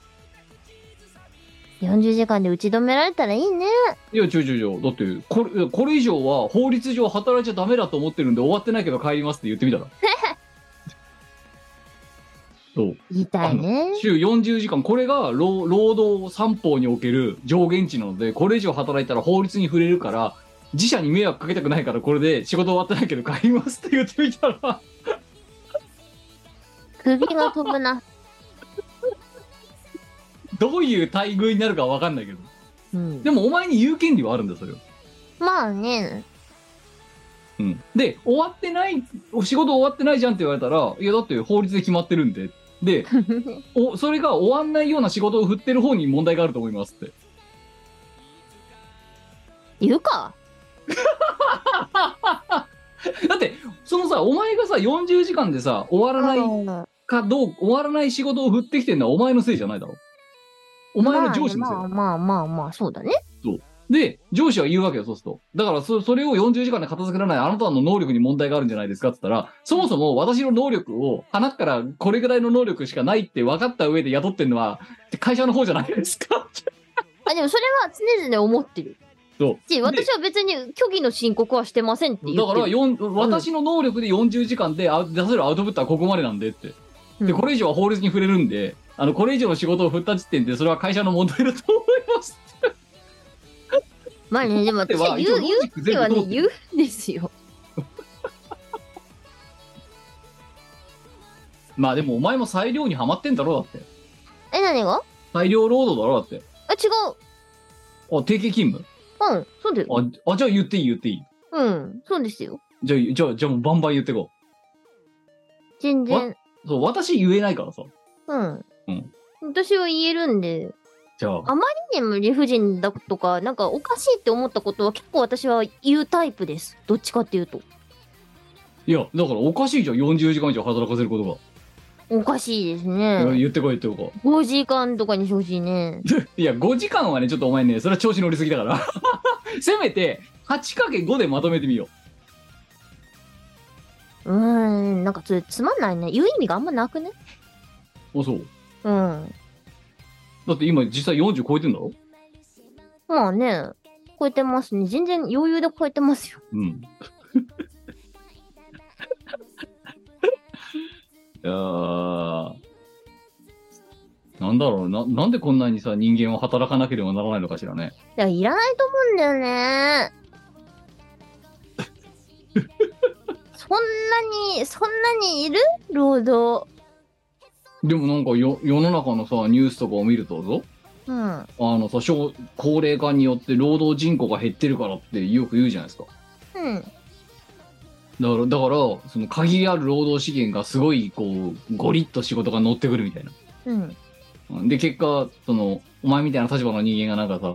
40時間で打ち止められたらいいね。
いや、ちょいちょいちょい。だって、これ、これ以上は法律上働いちゃダメだと思ってるんで終わってないけど帰りますって言ってみたら。そう。
言いたいね。
週40時間これが労労働三法における上限値なのでこれ以上働いたら法律に触れるから自社に迷惑かけたくないからこれで仕事終わってないけど帰りますって言ってみたら
首が飛ぶな。
どういう待遇になるかわかんないけど
うん
で、もお前に言う権利はあるんだよそれは、
まあね。
うん、で終わってないお仕事終わってないじゃんって言われたらいやだって法律で決まってるんででおそれが終わんないような仕事を振ってる方に問題があると思いますって
言うか。
だってそのさお前がさ40時間でさ終わらないかどう終わらない仕事を振ってきてるのはお前のせいじゃないだろお前の上司のせいだ、
まあね、まあまあまあまあ、そうだね。
で上司は言うわけよそうするとだからそそれを40時間で片付けられないあなたの能力に問題があるんじゃないですかって言ったらそもそも私の能力を花からこれぐらいの能力しかないって分かった上で雇ってんのは会社の方じゃないですか って
あ、でもそれは常々思ってる。
そう
し、私は別に虚偽の申告はしてませんって言って
だ
る。
から、よん私の能力で40時間であ出せるアウトプットはここまでなんでって
うん
でこれ以上は法律に触れるんであのこれ以上の仕事を振った時点でそれは会社の問題だと思います
まあね、でも私は言
一応ロ
う、言う
ジック
っては
全部通っ
ね、
て
言
る
うんですよ。
まあでもお前も裁量にはまってんだろだって
え、何が
裁量労働だろだって
あ、違う。
あ定型勤務
うん、そうだよ。
ああじゃあ言っていい言っていい
うん、そうですよ。
じゃあじゃあじゃあもうバンバン言ってこ
全然。
うそう私言えないからさ
うん。
うん
私は言えるんで、
じゃあ
あまりにも理不尽だとか、なんかおかしいって思ったことは結構私は言うタイプです。どっちかっていうと。
いやだからおかしいじゃん40時間以上働かせること
おかしいです
が、いや
ね。
言ってこい言ってこ
5時間とかにしてほしいね。
いいや5時間はねちょっとお前ねそれは調子乗りすぎだから せめて 8×5 でまとめてみよ
うーん、なんかそれつまんないね。言う意味があんまなくね。
うあそう
うん。
だって今実際40超えてんだろ
まあね、超えてますね。全然余裕で超えてますよ。
うん いやーなんだろうななんでこんなにさ人間は働かなければならないのかしらね
だからいらないと思うんだよね。 そんなに、そんなにいる労働。
でもなんかよ世の中のさニュースとかを見るとぞ
うん。
あのさ少高齢化によって労働人口が減ってるからってよく言うじゃないですか
うん。
だからだからその限りある労働資源がすごいこうゴリッと仕事が乗ってくるみたいな
うん。
うんで結果そのお前みたいな立場の人間がなんかさ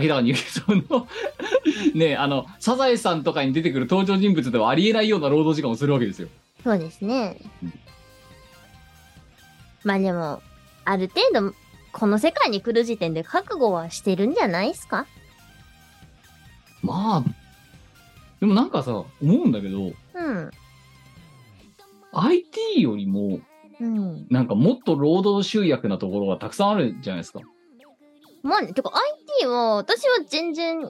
明らかにその ねえあのサザエさんとかに出てくる登場人物ではありえないような労働時間をするわけですよ
そうですね
うん。
まあでも、ある程度、この世界に来る時点で覚悟はしてるんじゃないですか
まあでもなんかさ思うんだけど
うん。
IT よりも
うん。
なんかもっと労働集約なところがたくさんあるじゃないですか
まあ、てか IT は、私は全然、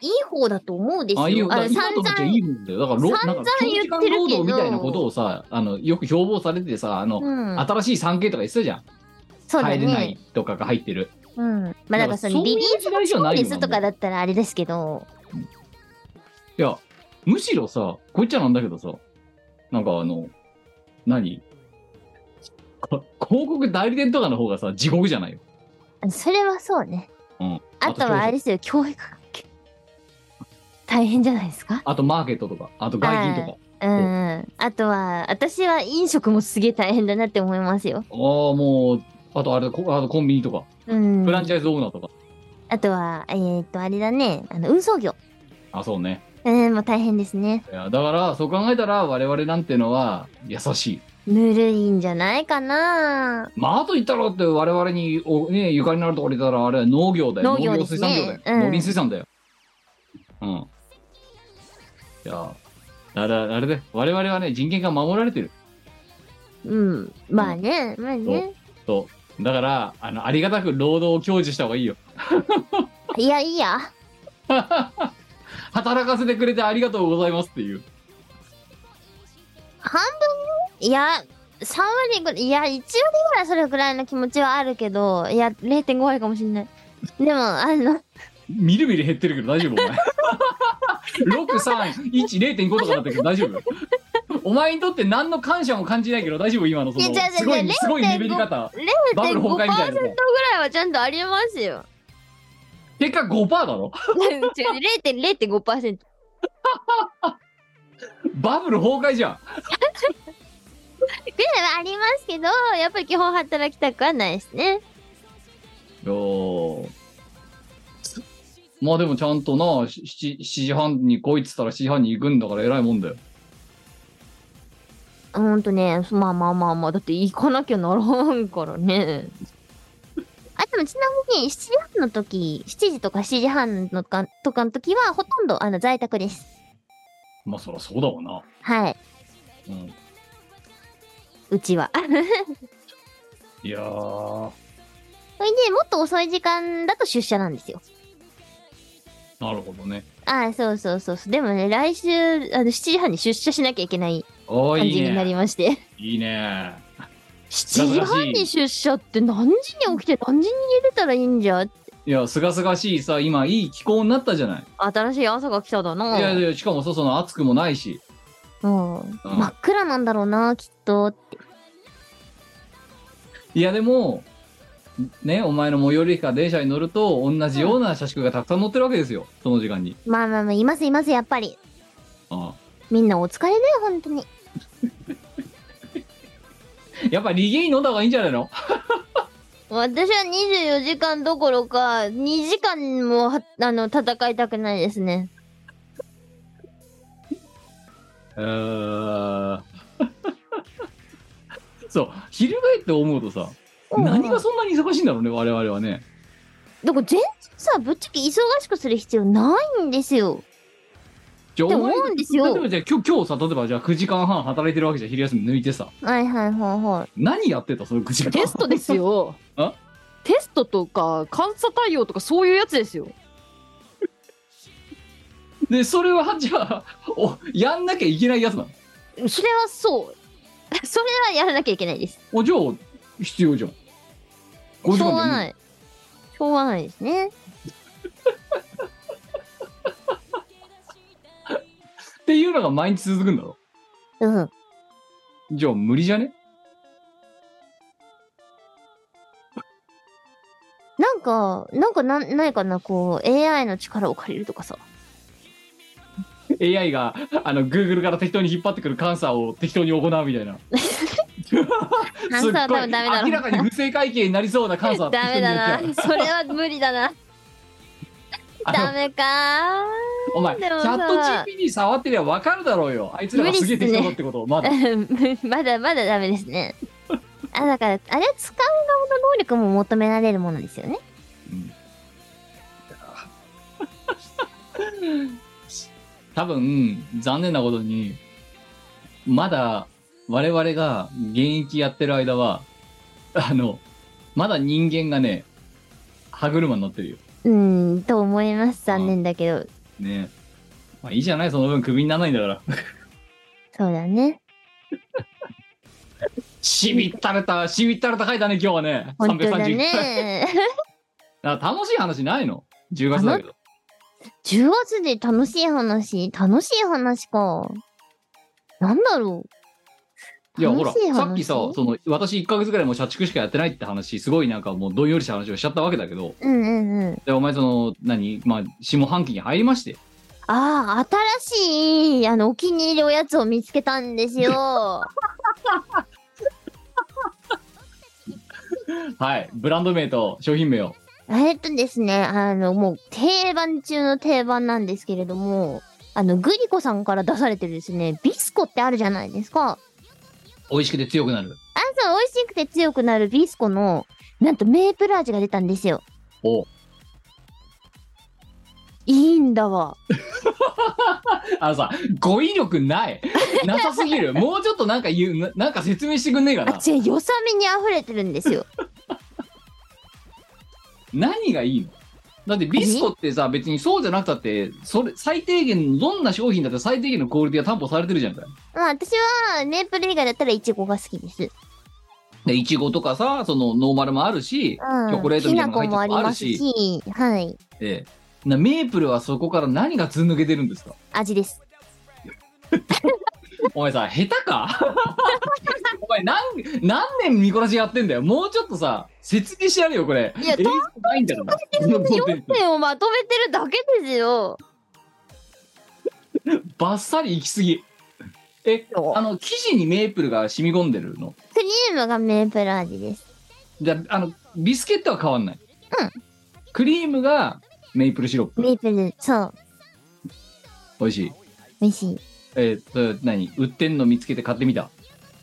いい方だと思うですよ。
ああいう、だから
の
今
散
となっちゃい
々
いもんだよ。だから、ろなんか、
散々言ってるけ
長
ど
時間労働みたいなことをさ、あの、よく標榜されててさ、あの、
うん、
新しい 3K とか言ってたじゃん。
そうだ
入れない
ね。
とかが入ってる。
うん。まあ、だから
だか
そ
らそ
の
う
リリ
いう
ー
時
スが
代じゃないよな
ですとかだったらあれですけど、
いや、むしろさ、こいっちゃなんだけどさ、なんかあの、何こ広告代理店とかの方がさ、地獄じゃないよ。
それはそうね。
うん。
あとはあれですよ、教育関係。大変じゃないですか
あとマーケットとか、あと外勤とか。
うん。あとは、私は飲食もすげえ大変だなって思いますよ。
ああ、もう、あとあれだ、こあとコンビニとか、
うん。
フランチャイズオーナーとか。
あとは、えー、っと、あれだね、あの、運送業。
あ、そうね。
うん、もう大変ですね。
いや、だから、そう考えたら、我々なんてのは、優しい。
ぬるいんじゃないかな
まあ、あと言ったらって我々にお、ね、ゆかりのあるところにいたらあれは農業だよ
農業ですね
水産業だよ、
う
農
ん
林水産だようんいやあれあれで我々はね人権が守られてる
うん。まあね、まあね。
とだからあのありがたく労働を享受した方がいいよ
いや、いいや。
働かせてくれてありがとうございますっていう
半分いや、3割ぐらい、いや、1割ぐらいそれぐらいの気持ちはあるけど、いや、0.5割かもしんない。でも、あの、
みるみる減ってるけど大丈夫 お前6310.5とかだったけど大丈夫お前にとって何の感謝も感じないけど大丈夫今のその
いや違う違う
すご
違う
いすごいレベり方バブル
0.5%
崩
ぐ
壊みたいな
らいはちゃんとありますよ。
結果5%だろ
違う、0.0.5%。
バブル崩壊じゃん
ぐらいはありますけど、やっぱり基本働きたくはないです
い
ね。
やーまあでもちゃんとなし 7, 7時半に来いっつったら7時半に行くんだから偉いもんだよ
ほんとね、まあまあまあまあ、だって行かなきゃならんからね。あ、でもちなみに7時半の時、7時とか7時半のかとかの時は、ほとんどあの在宅です。
まあそりゃそうだわな、
はい、
うん、
うち は。
いやー
それで、もっと遅い時間だと出社なんですよ。
なるほどね
ああ、そうそうそうそう。でもね、来週、あの、7時半に出社しなきゃいけない
おー
感
いい
じにな
ね
りまして。
いいね
7時半に出社って何時に起きて何時に家出たらいいんじゃ
いやすがすがしいさ今いい気候になったじゃない、
新しい朝が来ただな。
いやいやしかもそうその暑くもないし
うん。真っ暗なんだろうな、きっと。
いやでもねお前の最寄り駅から電車に乗ると同じような車種がたくさん乗ってるわけですよその時間に
まあまあまあ、いますいます、やっぱり。
あ
みんなお疲れだよ、本当に。
あやっぱりリゲイン飲んだ方がいいんじゃない の
私は24時間どころか、2時間もは、あの、戦いたくないですね。
うーんそう翻って思うとさ
うんうん
何がそんなに忙しいんだろうね我々はね
だから全然さ、ぶっちゃけ忙しくする必要ないんですよ。
じゃあ
って
お前
思うんですよ
例えばじゃあ今日今日さ例えばじゃあ9時間半働いてるわけじゃん昼休み抜いてさ
はいはいはいは
何やってたその9時間半
テストですよ
あ
テストとか監査対応とかそういうやつですよ
でそれはじゃあおやんなきゃいけないやつなの
い。それはそう。 それはやらなきゃいけないです。
おじゃあ必要じゃん5
し
時
ょうが
間
ない。しょうがないですね。
っていうのが毎日続くんだろ
うん。
じゃあ無理じゃね
なんか、なんかな、ないかな、こう、AI の力を借りるとかさ。
AI があの Google から適当に引っ張ってくる監査を適当に行うみ たいなすっ
監査は多
ごい
分ダメだろ
明らかに不正会計になりそうな監査
ダ
を適当
メ
にや
だ
ってや
な。
る
それは無理だな。
あの
ダメか
お前チ
で
ャ
も
ッ
さ
ト GPT 触ってりゃ分かるだろうよあいつらがすげえ適当だってことをま だ
ーまだまだダメですね。あ、だから、あれは使う側の能力も求められるものですよね。
多分残念なことにまだ我々が現役やってる間はあのまだ人間がね歯車に乗ってるよ
うん、と思います。残念だけど。
ねまあいいじゃないその分クビにならないんだから
そうだね。
しみったれたしみったれた回だね今日はね
本当だ
330回
ね。
あ楽しい話ないの ?10 月だけど
10月で楽しい話楽しい話か。なんだろう。
いやほら
楽しい話
さっきさその私1ヶ月ぐらいもう社畜しかやってないって話すごいなんかもうどんよりした話をしちゃったわけだけど
うんうんうん。
でお前その何まあ下半期に入りまして
ああ、新しい、あの、お気に入りおやつを見つけたんですよ。
はい、ブランド名と商品名を。
えっとですね、あの、もう定番中の定番なんですけれども、あの、グリコさんから出されてるですね、ビスコってあるじゃないですか。
美味しくて強くなる。
あそう、美味しくて強くなるビスコの、なんとメープル味が出たんですよ。
お
いいんだわ。
あのさ、語彙力 ない。なさすぎる。もうちょっとなんか言う、ななんか説明してくんねえか
あ
な、。
違う、よさみに溢れてるんですよ。
何がいいのだってビスコってさ、別にそうじゃなくたって、それ、最低限、どんな商品だって最低限のクオリティが担保されてるじゃんか。
まあ、私は、メープル以外だったらイチゴが好きです。
で、いちごとかさ、そのノーマルもあるし、
うん。
チョコレートみ
き
たいな
な
のが入って
こ
る
もあり
のもあ
ま
る
す
し
し、はい。
ええなメープルはそこから何がずん抜けてるんですか
味です。
お前さ、下手か お前何、何年ミコラジやってんだよ。もうちょっとさ、説明してやるよ、これ。
いや
映像ないんだから。
4点をまとめてるだけ
ですよ。
バッサリ行き過ぎ。え、あの、生地にメープルが染み込んでるの
クリームがメープル味です。
じゃあ、あの、ビスケットは変わんない。
うん
クリームがメープルシロップ。
メープル、そう。
美味しい。
美味しい。
えーっと、何売ってんの見つけて買ってみた。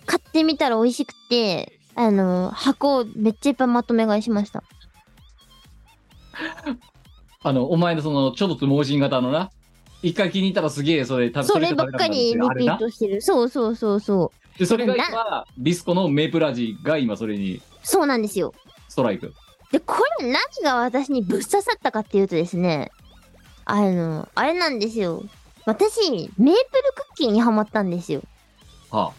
買ってみたら美味しくて、あの、箱をめっちゃいっぱいまとめ買いしました。
あの、お前のその、ちょっと盲信型のな。一回気に入ったらすげえそれ食べ
そればっかりリピ
あれ
ー
な。
トしてる。そうそうそうそう。
で、それが今、ビスコのメープル味が今それに
そうなんですよ。
ストライク。
で、これ何が私にぶっ刺さったかっていうとですね、あの、あれなんですよ。私、メープルクッキーにハマったんですよ。
は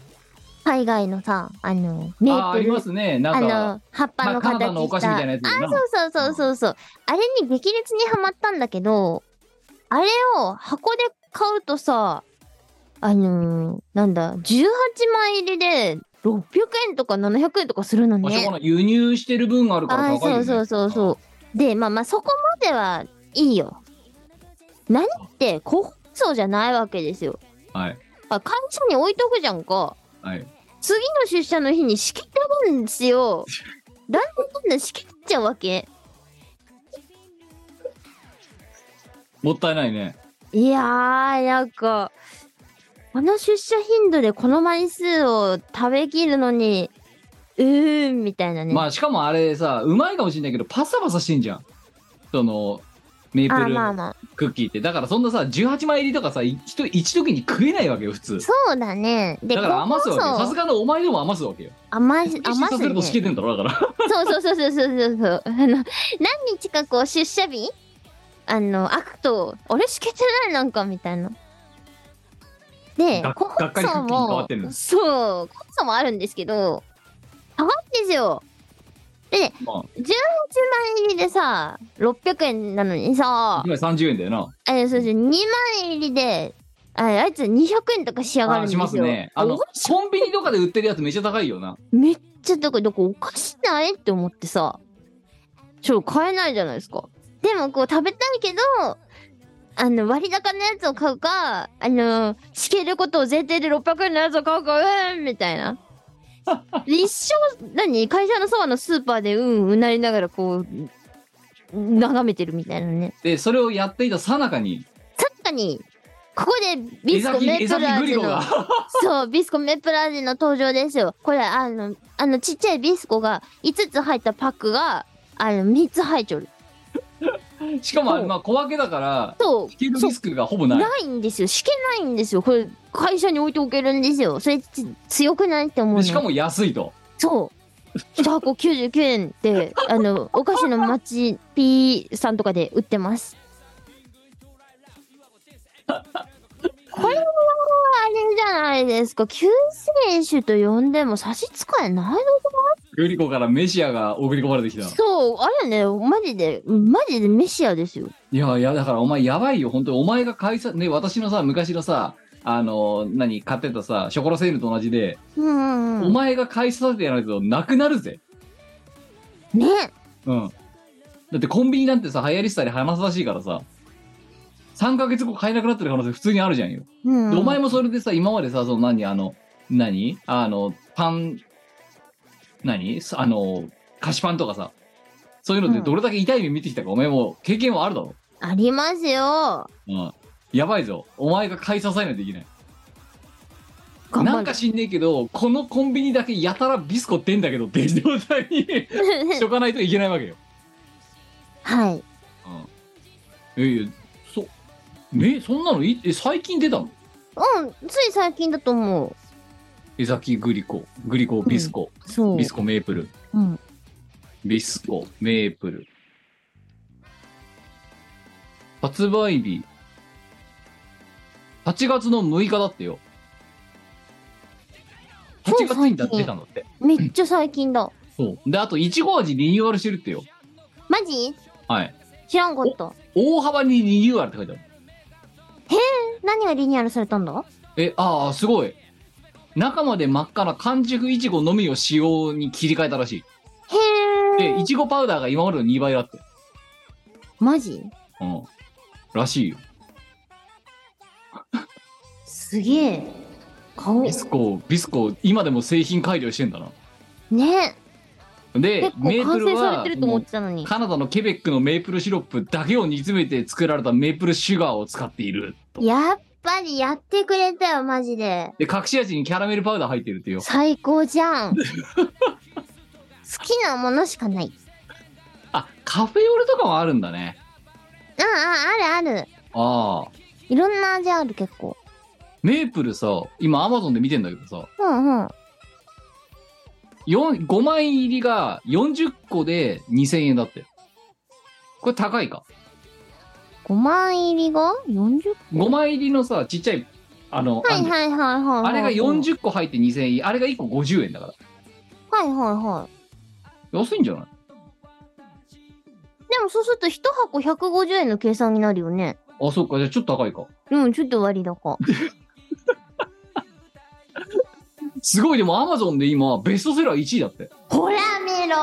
海外のさ、あの、
あ、
メ
あー
ー
あ
プ
り
ル
ますね。な
あ
んか、
の葉っぱ
ま
の
あ、カナ
形
ダのお菓
し
子み
た
たいなやつだよ
あ
な
そうそうそうそうそうあれに激烈にはまったんだけどあれを箱で買うとさあのーなんだ18枚入りで600円とか700円とかするの
まあ、しょう
ね
が。ない輸入してる分があるから
ああー、
高いよ、
そ
ね、
うそうそうそう。で、まあまあそこまではいいよ。何って個包装じゃないわけですよ。
はい
あ、缶地に置いとくじゃんか。
はい
次の出社の日に仕切ってあるんです よ。だんだんだんだん仕切っちゃうわけ。
もったいないね
いやー、なんか、この出社頻度でこの枚数を食べきるのに、うーん、みたいなね。
まあしかもあれさうまいかもしれないけどパサパサしてんじゃんそのメープ
あーまあ
ル
まあ。
クッキーってだからそんなさ18枚入りとかさ一度一時に食えないわけよ普通
そうだね。で、
だから
個
余す
包
わけよさ
装
すがのお前でも余すわけよ
余す、
禁止
余
させるとし
す、ね。
けてんだろだ から
そうそうそうそうそうそうそう。あの、何日かこう出社日あの、開くと、あれしけてないなんかみたいな。で
が、
個
がっかり
包
クッキー
装
に変わってる
も、そう、個包装もあるんですけど、高いんですよ。
ま
1枚入りでさ、600円なのに
あ
さ、
今30円だよな
えそうそう、2枚入りで、ああいつ200円とか仕上がる
あ
んです
し
よ。
ますねあの
お
コンビニとかで売ってるやつめっちゃ高いよな
めっちゃだからだからおかしないって思ってさちょっと買えないじゃないですかでもこう食べたいけどあの割高のやつを買うかあのしけることを前提で600円のやつを買うかうーんみた いな一生何会社のそばのスーパーでうんうなりながらこう眺めてるみたいなね
でそれをやっていたさなかに
確かにここでビ
江
スコ
崎
メ
江
ープル
崎グリ
味
コ
の
が
そう、ビスコメープル味の登場ですよ。これ、あの、あの、ちっちゃいビスコが5つ入ったパックが、あの、3つ入っちゃう。
しかもあれまあ小分けだから
そ
引ける
そう
リスクがほぼ
う、
ない
ないんですよ。敷けないんですよ。これ、会社に置いておけるんですよ。それ、ち強くないって思う
で
の。
しかも安いと
そう。1箱99円 って、あの、お菓子の町 P さんとかで売ってます。これはあれじゃないですか。救世主と呼んでも差し支えないの
グリコからメシアが送り込まれてきた
そう、あれね、マジで、マジでメシアですよ。
いやいやだからお前やばいよ本当にお前が会社ね私のさ昔のさあの何買ってたさショコラセールと同じで、
うんう
お
ん
前が会社育てやらないとなくなるぜ
うん。ね、
うんだってコンビニなんてさ流行りしたり話すらしいからさ3ヶ月後買えなくなってる可能性普通にあるじゃんよ、
うんう
で
ん。
お前もそれでさ今までさその何あの何あのパン何あの菓子パンとかさそういうのでどれだけ痛い目見てきたか、お前も経験はあるだろ
ありますよ。
うん。やばいぞ。お前が買い支えないといけない。
頑
な
張
んか
る。
知んねえけど、このコンビニだけやたらビスコ出んだけどっていう状態に しとかないといけないわけよ。
はい。
うん。ええ、そ、ね、そんなのい、え、最近出たの
うん、つい最近だと思う。
江崎グリコ、グリコビスコ、
そう。
ビスコメープル、
うん。
ビスコメープル。発売日、8月の6日だってよ。
そう
8月にだ
最近
出たんだって。
めっちゃ最近だ。
そう。で、あと、いちご味リニューアルしてるってよ。
マジ
はい。
知らんかった。
大幅にリニューアルって書いてある。
何がリニューアルされたんだ
え、ああ、すごい。中まで真っ赤な完熟いちごのみを使用に切り替えたらし
へ
い。
え
で、。いちごパウダーが今までの2倍だって。
マジ
うん。らしいよ。
すげえ。顔。
ビスコ、ビスコ、今でも製品改良してんだな。
ね。
で
結、
メープ
構完
ル
成され
は
てると思ってたのに。
カナダのケベックのメープルシロップだけを煮詰めて作られたメープルシュガーを使っている。
やっぱりやってくれたよ、マジで。
で、隠し味にキャラメルパウダー入ってるってよ。
最高じゃ ん。好きなものしかない。
あ、カフェオレとかもあるんだね。
ああ、あるある。
ああ。
いろんな味ある、結構。
メープルさ、今アマゾンで見てんだけどさ、
うんうん。
4 5枚入りが40個で2000円だって。これ高いか。
5枚入りが 40?
5枚入りのさ、ちっちゃい、あの、
はい
あんじゃん
はいはいはいはい、
あれが。40個入って2000円、あれが1個50円だから。
はいはいはい。
安いんじゃない
でもそうすると1箱150円の計算になるよね。
あ、そっか、じゃあ ちょっと高いか。
うん、ちょっと割高。
すごい、でもアマゾンで今、ベストセラー1位だって。
ほら見ろ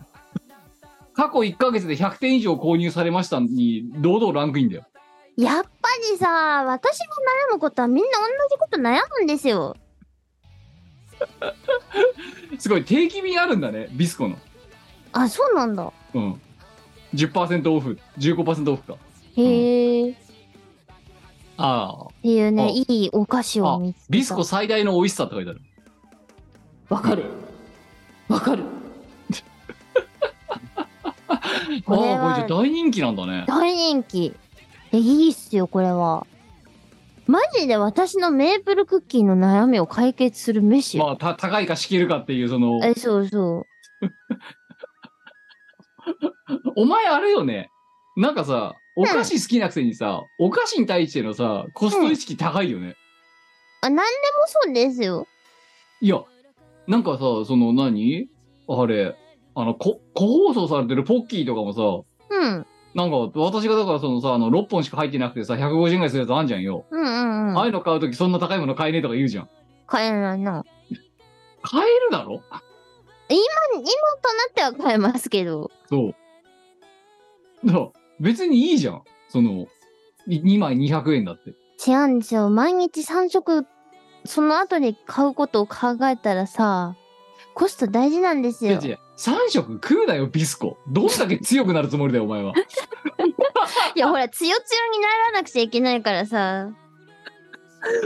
過去1ヶ月で100点以上購入されましたに、堂々ランクインだよ。
やっぱりさ、私が悩むことはみんな同じこと悩むんですよ。
すごい、定期便あるんだね、ビスコの。
あ、そうなんだ。
うん。10%オフ、15%オフか。
へえ。っ
ああ、
ていう
あ
ね、いいお菓子を見つけた。
ビスコ最大の美味しさって書いてある。
わかるわかる
ああ、
こ
これ
れは
じゃ大人気なんだね。
大人気。え、いいっすよ、これは。マジで私のメープルクッキーの悩みを解決する飯よ。
まあ、た高いかしけるかっていう、その、
え、そうそう。
お前あれよね。なんかさ、お菓子好きなくせにさ、お菓子に対してのさ、コスト意識高いよね。
あ、なんでもそうですよ。
いや、なんかさ、その何、あれ、あの、こ、個包装されてるポッキーとかもさ、
うん。
なんか、私がだからそのさ、あの、6本しか入ってなくてさ、150円ぐらいするやつあんじゃんよ。
うんうん
ああ
う
い
ん。
うの買うときそんな高いもの買えねえとか言うじゃん。
買えないな。
買えるだろ
今となっては買えますけど。
そう。だから別にいいじゃん。その、2枚200円だって。
違うんですよ。毎日3食、その後に買うことを考えたらさ、コスト大事なんです
違
よ
う。違う。3食食うなよ、ビスコ。どんだけ強くなるつもりだよ、お前は。
いや、ほら、つよつよにならなくちゃいけないからさ。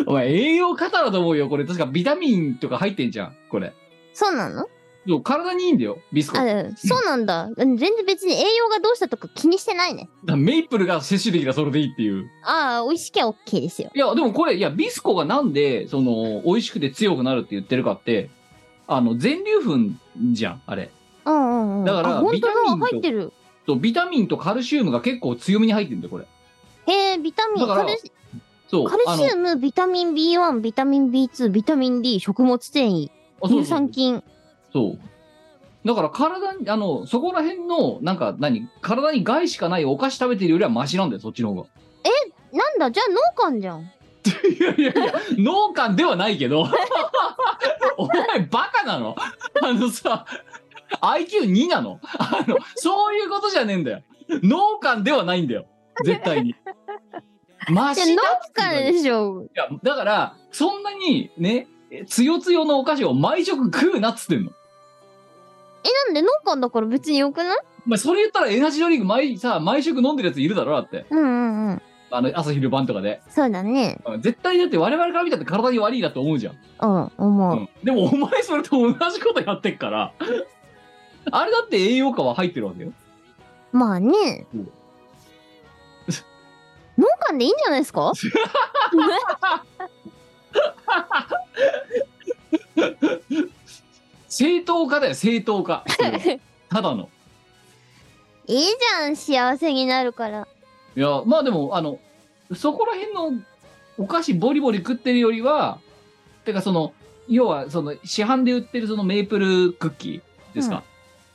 お前、栄養過多だと思うよ、これ。確かビタミンとか入ってんじゃん、これ。
そうなの
そう、体にいいんだよ、ビスコ。
あ
だか、
そうなんだ。うん全然別に栄養がどうしたとか気にしてないね。
らメイプルが摂取できたらそれでいいっていう。
ああ、美味しきゃ OK ですよ。
いや、でもこれ、いや、ビスコがなんで、その、美味しくて強くなるって言ってるかって、あの、全粒粉じゃん、あれ。
うんうんうん。
だから
あ、本
ビタミ
当
ン
だ、
と
入ってる。
そう、ビタミンとカルシウムが結構強めに入ってるんだよ、これ。
へえ、ビタミン、
だから
カルシ
そう。
カルシウム、ビタミン B1、ビタミン B2、ビタミン D、食物繊維、
あのあそうそ
乳
うそう
酸菌。
そう。だから体に、あの、そこら辺の、なんか何、体に害しかないお菓子食べてるよりはマシなんだよ、そっちの 方が。
なんだ、じゃあ農家んじゃん。
いやいやいや、農家ではないけ ど。お前バカなのあのさ、IQ2 なのあの、そういうことじゃねえんだよ。農家ではないんだよ。絶対に。マ
じゃ
シだっ
あ農
て
家
い
でしょ。
や、だから、そんなに、ね、つよつよのお菓子を毎食食うなっつってんの。
え、なんで農家だから別によくない
お前それ言ったらエナジードリンク毎さ毎食飲んでるやついるだろだって
うんうんうん。
あの朝昼晩とかで
そうだね。
うん絶対だって我々から見たって体に悪いなと思うじゃん、
うん、思
う
う。
ん、でもお前それと同じことやってっから あれだって栄養価は入ってるわけよ
まあね
うん。
農家でいいんじゃないで すか
正当化だよ正当化それはただの
いいじゃん、幸せになるから。
いやまあでもあのそこら辺のお菓子ボリボリ食ってるよりはてかその要はその市販で売ってるそのメープルクッキーですか、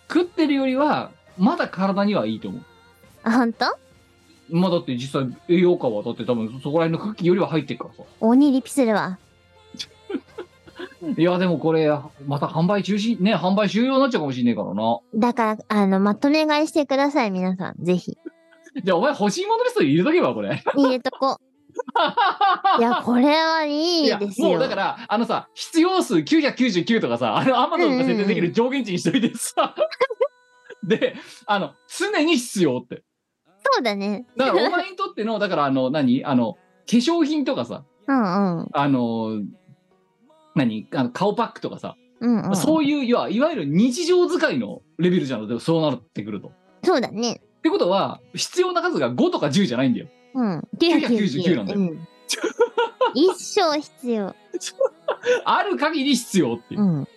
食ってるよりはまだ体にはいいと思う
あ、ほんと
まあだって実際栄養価はだって多分そこら辺のクッキーよりは入ってるからさ。
鬼リピするわ。
いやでもこれまた販売中止、ね、販売終了になっちゃうかもしんねえからな。
だから、あの、まとめ買いしてください、皆さん。ぜひ。
じゃあお前欲しいものリストに入れとけばこれ。
入れとこ。 いや、これはいいですよ。
もうだからあのさ、必要数999とかさ、あれ Amazon が設定できる上限値にしといてさ。 で、あの、常に必要って。
そうだね。
だからお前にとっての、だからあの、何あの、化粧品とかさ、
うんうん。
あの、何あの顔パックとかさ、
うんうん。
そういう、いわいわゆる日常使いのレベルじゃん。でそうなってくると。っ
そうだね。
てことは、必要な数が5とか10じゃないんだよ。
うん。
999なんだよ
うん、一生必要。
ある限り必要っていう。
うん。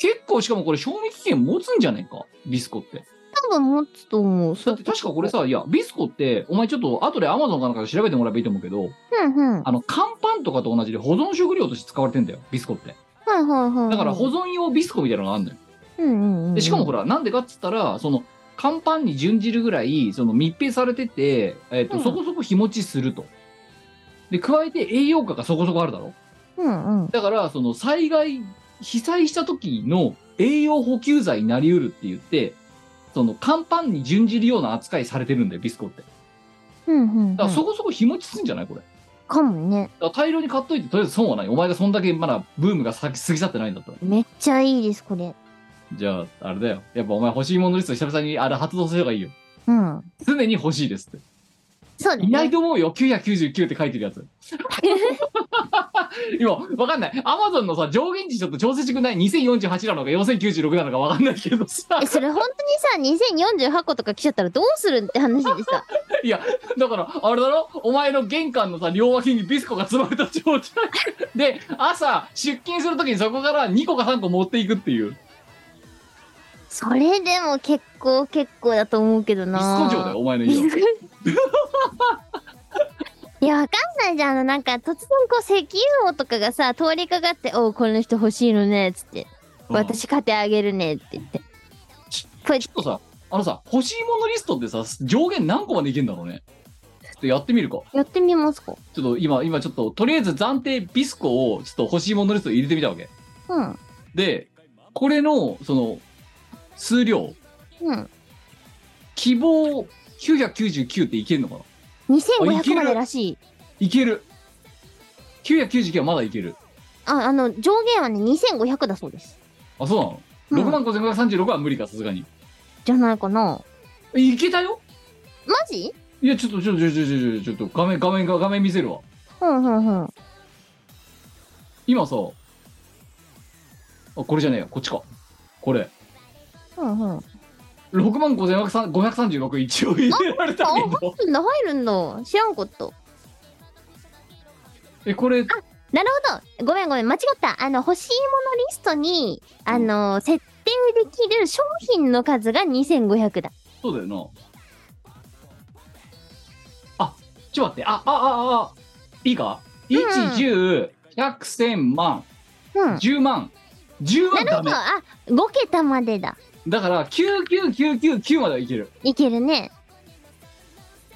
結構、しかもこれ、賞味期限持つんじゃねえかビスコって。
多分持つと思う。
だって確かこれさ、いや、ビスコって、お前ちょっと後で Amazon かなんかで調べてもらえばいいと思うけど、
うんうん。はい
あの、乾パンとかと同じで保存食料として使われてんだよ、ビスコって。
はいはい。
だから保存用ビスコみたいなのがあるんだよ。
うんうんうん。
でしかもほら、なんでかっつったら、その、乾パンに準じるぐらい、その密閉されてて、えっ、と、
うん
そこそこ日持ちすると。で、加えて栄養価がそこそこあるだろ
うんうん。
だから、その災害、被災した時の栄養補給剤になりうるって言って、その乾パンに準じるような扱いされてるんだよ、ビスコって。
うんうん、うん。
だからそこそこ日持ちすんじゃないこれ。だ
かもね。
から大量に買っといて、とりあえず損はない。お前がそんだけまだブームが先過ぎ去ってないんだったら。
めっちゃいいです、これ。
じゃあ、あれだよ。やっぱお前欲しいものリスト久々にあれ発動すればいいよ。
うん。
常に欲しいですって。
そうだね。
いないと思うよ。999って書いてる やつ。今、わかんない。アマゾンのさ、上限値ちょっと調整してくんない ?2048 なのか4096なのかわかんないけどさ
え、。それ本当にさ、2048個とか来ちゃったらどうするって話でさ。
いや、だから、あれだろお前の玄関のさ、両脇にビスコが積まれた状態。で、朝、出勤するときにそこから2個か3個持っていくっていう。ビス
それでも結構結構だと思うけどな。
コ城だよ、お前の家は。
いや、わかんないじゃん。あの、なんか、突然こう、石油王とかがさ、通りかかって、おう、この人欲しいのね、つって。
うん
私買ってあげるね、って言って。これ
ち、ょっとさ、あのさ、欲しいものリストってさ、上限何個までいけんだろうね。ちょっとやってみるか。
やってみますか。
ちょっと今、今ちょっと、とりあえず暫定ビスコをちょっと欲しいものリストに入れてみたわけ。
うん。
で、これの、その、数量、
うん。
希望999っていけるのかなあいけ
2500
る
までらしい。
いける。999はまだいける。
あ、あの、上限はね、2500だそうです。
あ、そうなの
うん
6万5536は無理か、さすがに。
じゃないかな。
いけたよ
マジ
いや、ちょっと、ちょっと、ちょっと、ちょっと、ちょっと、画面、画面、画面見せるわ。
うん、うん、うん。
今さ、あ、これじゃねえよ、こっちか。これ。
うん、うん。
6万5536一応入れられた
あ、
け
入
ど。
るんだ、入るんだ。知らんこと。
え、これ、
なるほど。ごめんごめん。間違った。あの、欲しいものリストに、あの、設定できる商品の数が2500だ。
そうだよな。あ、ちょっと待って、あ、あ、あ、あ、いいか
うん
?1、10、100、1000万、
うん。
10万、10万ダメ
そう。あ、5桁までだ。
だから、99999まではいける。
いけるね。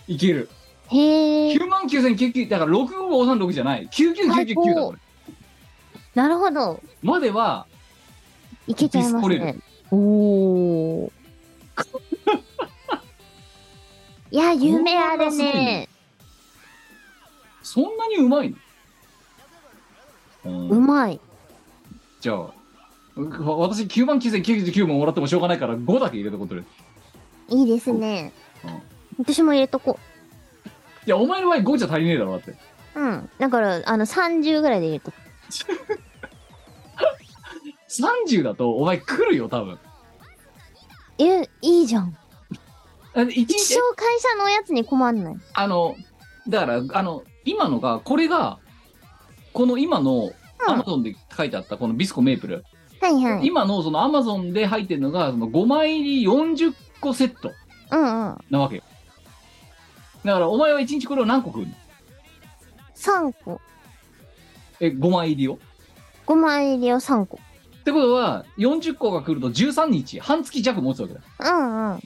いける。
へえ。
9万9999、だから65536じゃない。99999だこれ。
なるほど。
までは、
いけちゃいます
ディスコレ
ね。おお。いや、夢あるね。
そんなにうまいのうん
うまい。
じゃあ、わ私9万9999ももらってもしょうがないから5だけ入れたことる。
いいですね
うん。
私も入れとこ
いや、お前の場合5じゃ足りねえだろ、だって。
う。うん。だから、あの、30ぐらいで入れとこ
30だとお前来るよ、多分。
う。え、いいじゃん。
あの一
一生
日、
会社のやつに困んない。
あの、だから、あの、今のが、これが、この今の、アマゾンで書いてあったこのビスコメープル。
はいはい。
今のそのアマゾンで入ってるのが、その5枚入り40個セット
うんうん。
なわけよ。だから、お前は1日これを何個食うの
3個。
え、5枚入りを。
5枚入りを3個。
ってことは、40個が来ると13日、半月弱持つわけだ。
うんうん。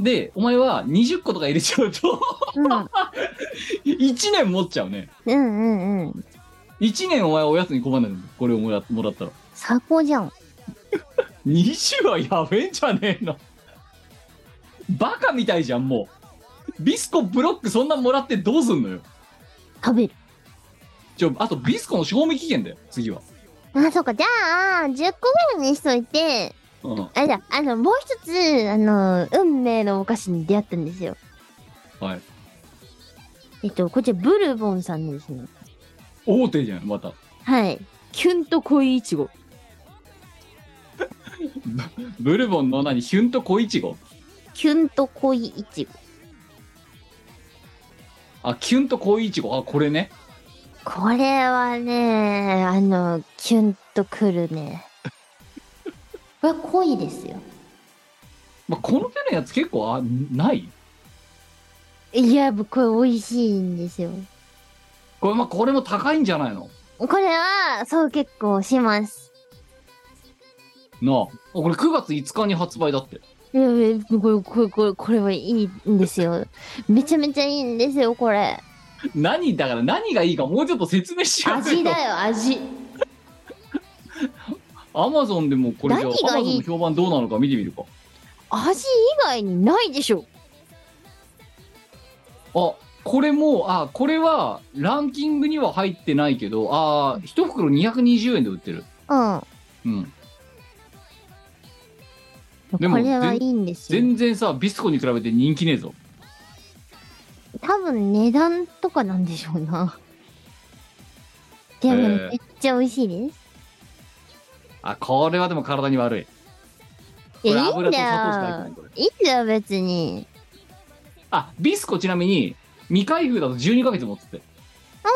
で、お前は20個とか入れちゃうと、
うん。
1年持っちゃうね。
うんうんうん。
1年お前はおやつに困るの。これをもらもらったら。
最高じゃん。
20はやべえんじゃねえの。バカみたいじゃん、もう。ビスコブロックそんなもらってどうすんのよ。
食べる。
ちょ、あとビスコの賞味期限だよ、次は。
あ、そうか。じゃあ、10個ぐらいにしといて、
うん。は
あれだ、あの、もう一つ、あの、運命のお菓子に出会ったんですよ。
い。
えっと、こちら、ブルボンさんですね。
大手じゃん、また。
はい。
キュンと恋いちご
ブルボンの何、ヒュンと小イチゴ。
キュンと濃いいちご。
あ、キュンと小イチゴ。あ、これね。
これはね、あの、キュンとくる ね。これ、濃いですよ。
まあ、この手のやつ結構あない
いや、もうこれ、美味しいんですよ。
これ、まあ、これも高いんじゃないの
これは、そう、結構します。
なあ。あこれ9月5日に発売だって。
いやいやこれ、これ、これ、これはいいんですよ。めちゃめちゃいいんですよ、これ。
何だから何がいいかもうちょっと説明しよう
味だよ味
アマゾンでもこれじゃあ
何
ア
が
マ
いい
ゾンの評判どうなのか見てみるか
味以外にないでしょ
あこれもあこれはランキングには入ってないけどあ一袋220円で売ってる
うん
うんでも
これはいいんですよ
全然さビスコに比べて人気ねえぞ
多分値段とかなんでしょうなでも
へ
ね、
ー
めっちゃ美味しいです
あこれはでも体に悪い
い
これ
やいい
油
ん
と
だ
砂糖しか入ってない
よ
これ
いいんだよ別に
あビスコちなみに未開封だと12ヶ月持つって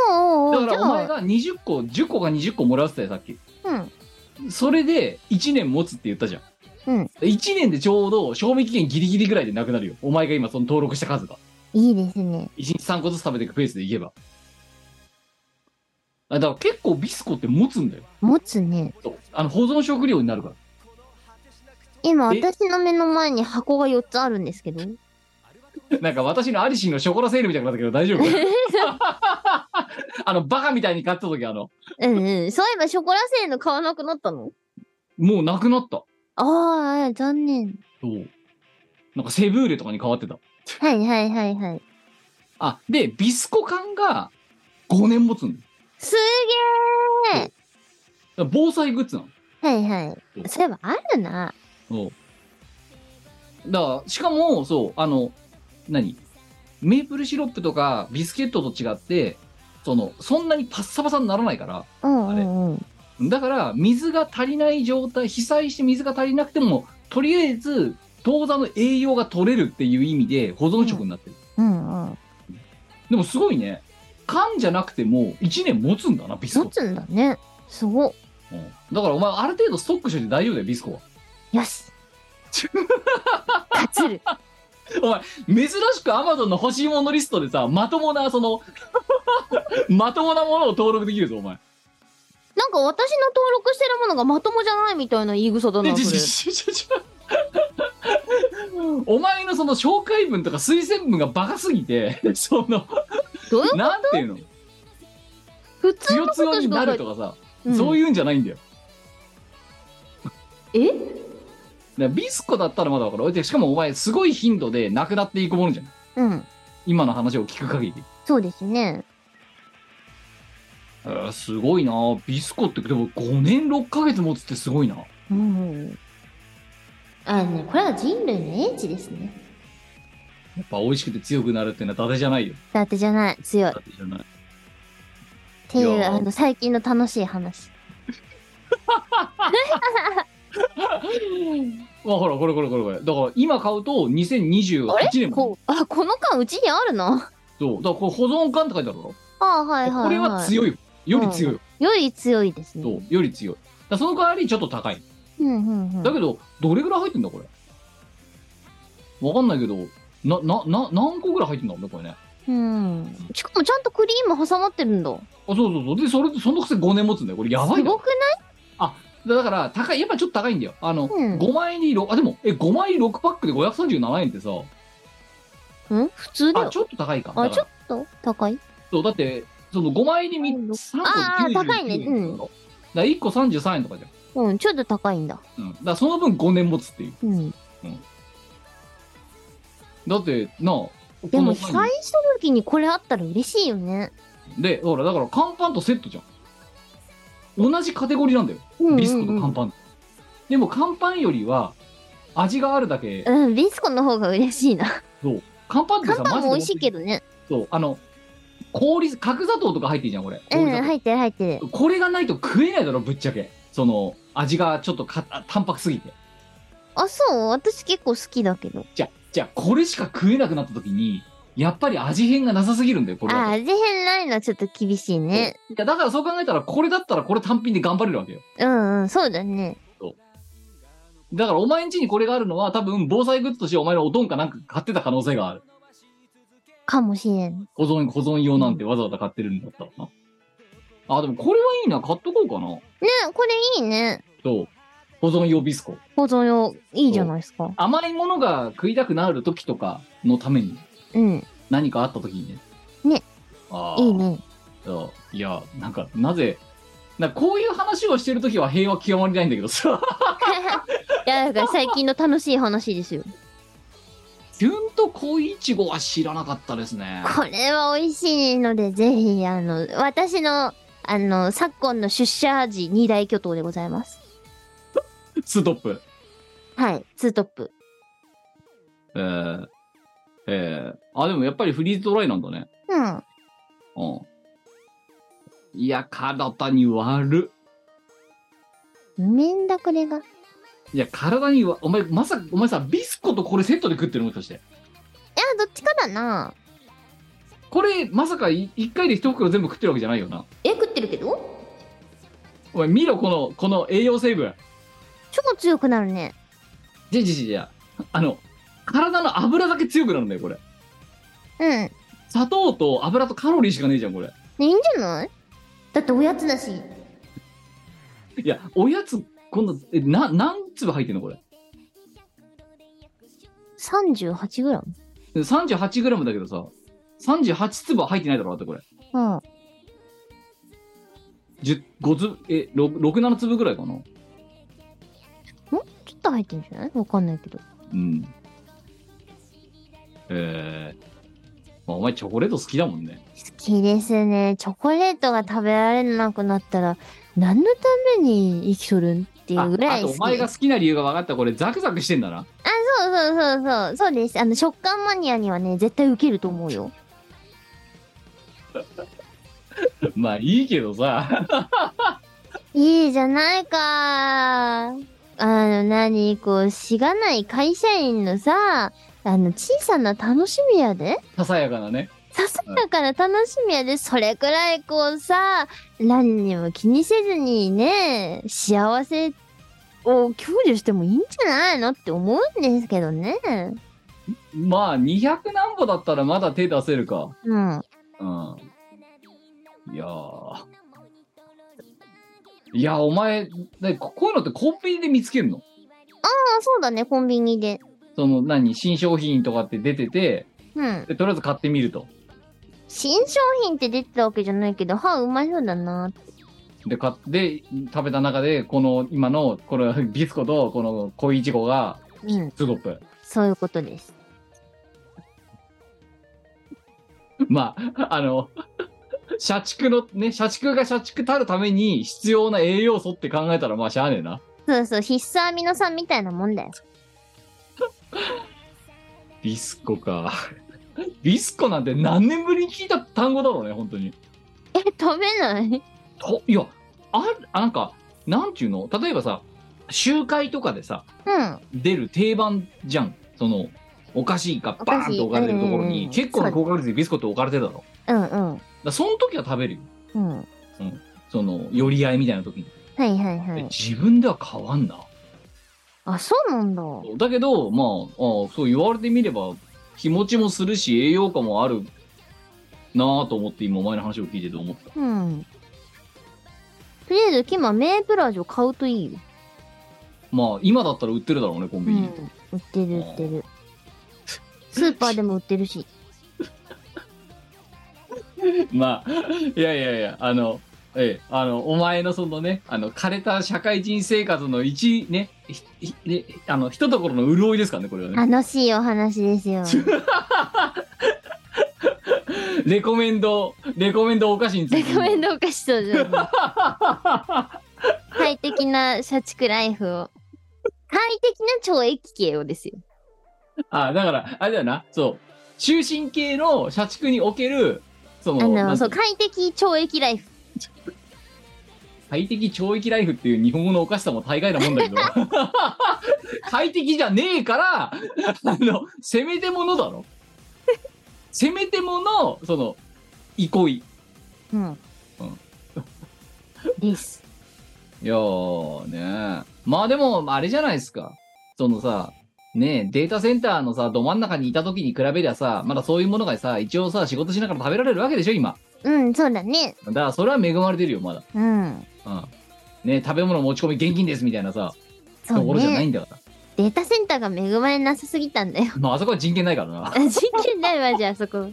おうおう
だ
おう
か
じ
ら
ゃ
お前
あ
が20個10個か20個もらうって言ったよさっき
うん
それで1年持つって言ったじゃん。
うん
1年でちょうど賞味期限ギリギリぐらいでなくなるよ。お前が今その登録した数が。
いいですね
1日3個ずつ食べていくペースでいけば。あだから結構ビスコって持つんだよ。
持つね
そうあの保存食料になるから。
今
え
私の目の前に箱が4つあるんですけど
なんか私のアリシンのショコラセールみたいになったけど大丈夫 あのバカみたいに買った時あの、
うんうんそういえばショコラ製の買わなくなったの
もうなくなった。
ああ残念
そう。なんかセブーレとかに変わってた。
はいはいはいはい
あ、で、ビスコ缶が5年持つんだよ
すげー
だから防災グッズなの。
はいはいそういえばあるな
そう。だから、しかも、そう、あの、何メープルシロップとかビスケットと違って、その、そんなにパッサパサにならないから、
うんうんうん
だから、水が足りない状態、被災して水が足りなくても、とりあえず、当座の栄養が取れるっていう意味で保存食になってる。
うんうん
でもすごいね。缶じゃなくても1年持つんだな、ビスコ
持。つんだねすごっ
うんだからお前ある程度ストックしてて大丈夫だよ、ビスコは。
よし勝つ る
珍しくアマゾンの欲しいものリストでさまともなそ のまともなものを登録できるぞお前
なんか私の登録してるものがまともじゃないみたいな言い草だ
で
な
ちょ
そ
ち
れ
ょちょちょちょお前のその紹介文とか推薦文がバカすぎ てその
どういう
なんていうの
普通
つ
の
よ
こ
つよ
と
に
し
な
か
る
書い
とかさ、
うん
そういうんじゃないんだよ
え
だからビスコだったらまだ分かるでしかもお前すごい頻度でなくなっていくものじゃん
うん
今の話を聞く限り
そうですね
えーすごいなビスコってでも5年6ヶ月持つってすごいな
うんうんあのねこれは人類の英知ですね
やっぱ美味しくて強くなるっていうのは伊達じゃないよ
だってじゃない強い
伊達じゃない
ってい
いうやー
あの最近の楽しい話
まあほらこれこれこれこれだから今買うと2028
あ
年も
こうあこの缶うちにあるの
そうだからこれ保存缶って書いてあるだろ、
ああはいはい、はい、
これは強いよより強いよ、
より強いです
そう
ね
より強いだからその代わりちょっと高い
うんうんうん
だけどどれぐらい入ってんだこれわかんないけどななな何個ぐらい入ってんだろうねこれねあ
うんしかもちゃんとクリーム挟まってるんだ
そうそうそうでそれでそのくせ5年持つんだよこれやばい
す
な
ごくない
だから高いやっぱちょっと高いんだよあの、
うん
5枚に6あでもえ5枚6パックで537円ってさ
うん普通だ
あ
よ
ちょっと高いか
あ
だ
ち
か
ょ
ら
っと高い
そうだってその5枚に3つ3
あ
個で
ー
99
高いねうん
円だろだから1個33円とかじゃん
うんちょっと高いんだ
うん、だからその分5年持つっていう。
うん
だって、なあ、
でも
この
被
前
災した時にこれあったら嬉しいよね
にで、ほら、だから、乾パンとセットじゃん。同じカテゴリーなんだよ。
うんうんうん
ビスコと乾パン。でも、乾パンよりは、味があるだけ、
うんビスコの方が嬉しいな
そう。乾パンってさ、
乾パンも美味しいけ
ど。
どね
そう、あの、氷、角砂糖とか入ってるじゃん、これ。
うん
氷砂糖
入ってる入ってる
これがないと食えないだろ、ぶっちゃけ。その、味がちょっとか淡白すぎて。
あそう私結構好きだけど
じゃあ、じゃあ、これしか食えなくなった時に、やっぱり味変がなさすぎるんだよ、これだと
あ味変ないのはちょっと厳しいね
いやだからそう考えたらこれだったらこれ単品で頑張れるわけよ
うんうんそうだね
だからお前ん家にこれがあるのは多分防災グッズとしてお前のおどんかなんか買ってた可能性がある
かもしれん
保存保存用なんてわざわざ買ってるんだったらなあでもこれはいいな買っとこうかな
ねこれいいね
そう保存用ビスコ
保存用いいじゃないですか
甘いものが食いたくなる時とかのために
うん
何かあった時にね
ね
あー
いいね。
そういやなんかなぜなんかこういう話をしてるときは平和極まりないんだけどさ
いや、だから最近の楽しい話ですよ。
キュンと恋いちごは知らなかったですね
これは美味しいので、ぜひ、あの、私の、あの、昨今の出社時二大巨頭でございます。
ツートップ
はい、ツートップ。
えー、えー、あでもやっぱりフリーズドライなんだね
うん。
うんいや体に悪
めんだ、これが。
いや体にわお前まさかお前さビスコとこれセットで食ってるのもしかして
いや、どっちかだな。
これまさかい一回で一袋全部食ってるわけじゃないよな
え、食ってるけど
お前見ろこのこの栄養成分
超強くなるね。
じゃじゃじゃじゃあの体の油だけ強くなるんだよこれ
うん。
砂糖と油とカロリーしかねえじゃんこれ
いいんじゃないだっておやつだし。
いやおやつこんなえな何粒入ってんのこれ
38グラム。
38g だけどさ38粒は入ってないだろだってこれ
うん。
10 5粒え67粒ぐらいかな
ちょっと入ってんじゃないわかんないけど。
うんえー、まあお前チョコレート好きだもんね
好きですね。チョコレートが食べられなくなったら、何のために生きとるんっていう
あ
ぐら
あ
い好
と
き。
お前が好きな理由が分かったこれザクザクしてんだな
あ、そうそうそうそう。そうです。あの、食感マニアにはね、絶対ウケると思うよ。
まあいいけどさ
いいじゃないかあの、何、こう、しがない会社員のさ、あの、小さな楽しみやで
ささやかなね
ささやかな楽しみやで、それくらいこうさ、何にも気にせずにね、幸せを享受してもいいんじゃないのって思うんですけどね。
まあ200何歩だったらまだ手出せるか
うん。
うんいやーいやお前ねここういうのってコンビニで見つけるの
ああ、そうだね、コンビニで。
その何新商品とかって出てて
うん。
でとりあえず買ってみると
新商品って出てたわけじゃないけど、歯うまそうだなって。
で買って食べた中でこの今のこの ビスコとこの恋いちごが
うん。
ツートップ
そういうことです。
まああの社畜のね社畜が社畜たるために必要な栄養素って考えたらまあしゃあねえな
そうそう、必須アミノ酸みたいなもんだよ。
ビスコか ビスコなんて何年ぶりに聞いた単語だろうね本当に
え、食べない
といやああなんかなんていうの例えばさ集会とかでさ
うん。
出る定番じゃんそのお菓子が
お
バ
菓子
ーンと置かれてるところ
うんうんう
に
ん
結構な高確率でビスコって置かれてるだろだか
うんうん。
らその時は食べるよ
うん。は
その寄り合いみたいな時に、
いはいはい。
自分では買わんな
あ、そうなんだ。
だけどまああそう言われてみれば気持ちもするし栄養価もあるなぁと思って今お前の話を聞いてて思った
うん。とりあえず、今、メープラージュ買うといいよ。
まあ今だったら売ってるだろうねコン
う
ビニ、
ん。売ってる売ってる。スーパーでも売ってるし。
まあ、いやいやいや、あの、ええ、あの、お前のそのね、あの、枯れた社会人生活の一、ね、ひひねあの、ひとところの潤いですからね、これはね。
楽しいお話ですよ。
レコメンド、レコメンドお菓子につ
レ
いて。
コメ ンドお菓子そうじゃん快適な社畜ライフを。快適な懲役刑をですよ。
あ、だから、あれだよな、そう、終身系の社畜における、そ
あ
の、な
の、
んてい
そ、
ううの
快適懲役ライフ。
快適懲役ライフっていう日本語のおかしさも大概なもん だけど、快適じゃねえから、あの、せめてものだろ。せめてもの、その、憩い。
うん。です。
いやーねまあでも、あれじゃないですか。そのさ、ねえデータセンターのさ、ど真ん中にいた時に比べりゃさ、まだそういうものがさ、一応さ、仕事しながら食べられるわけでしょ、今。
うん、そうだね。
だから、それは恵まれてるよ、まだ。
うん。
うん。ねえ食べ物持ち込み現金です、みたいなさ、
そ
とこ
う
ろじゃない
ね。
んだから。
データセンターが恵まれなさすぎたんだよ。
まあ、あそこは人権ないからな。
あ人権ないわ、じゃあそこ。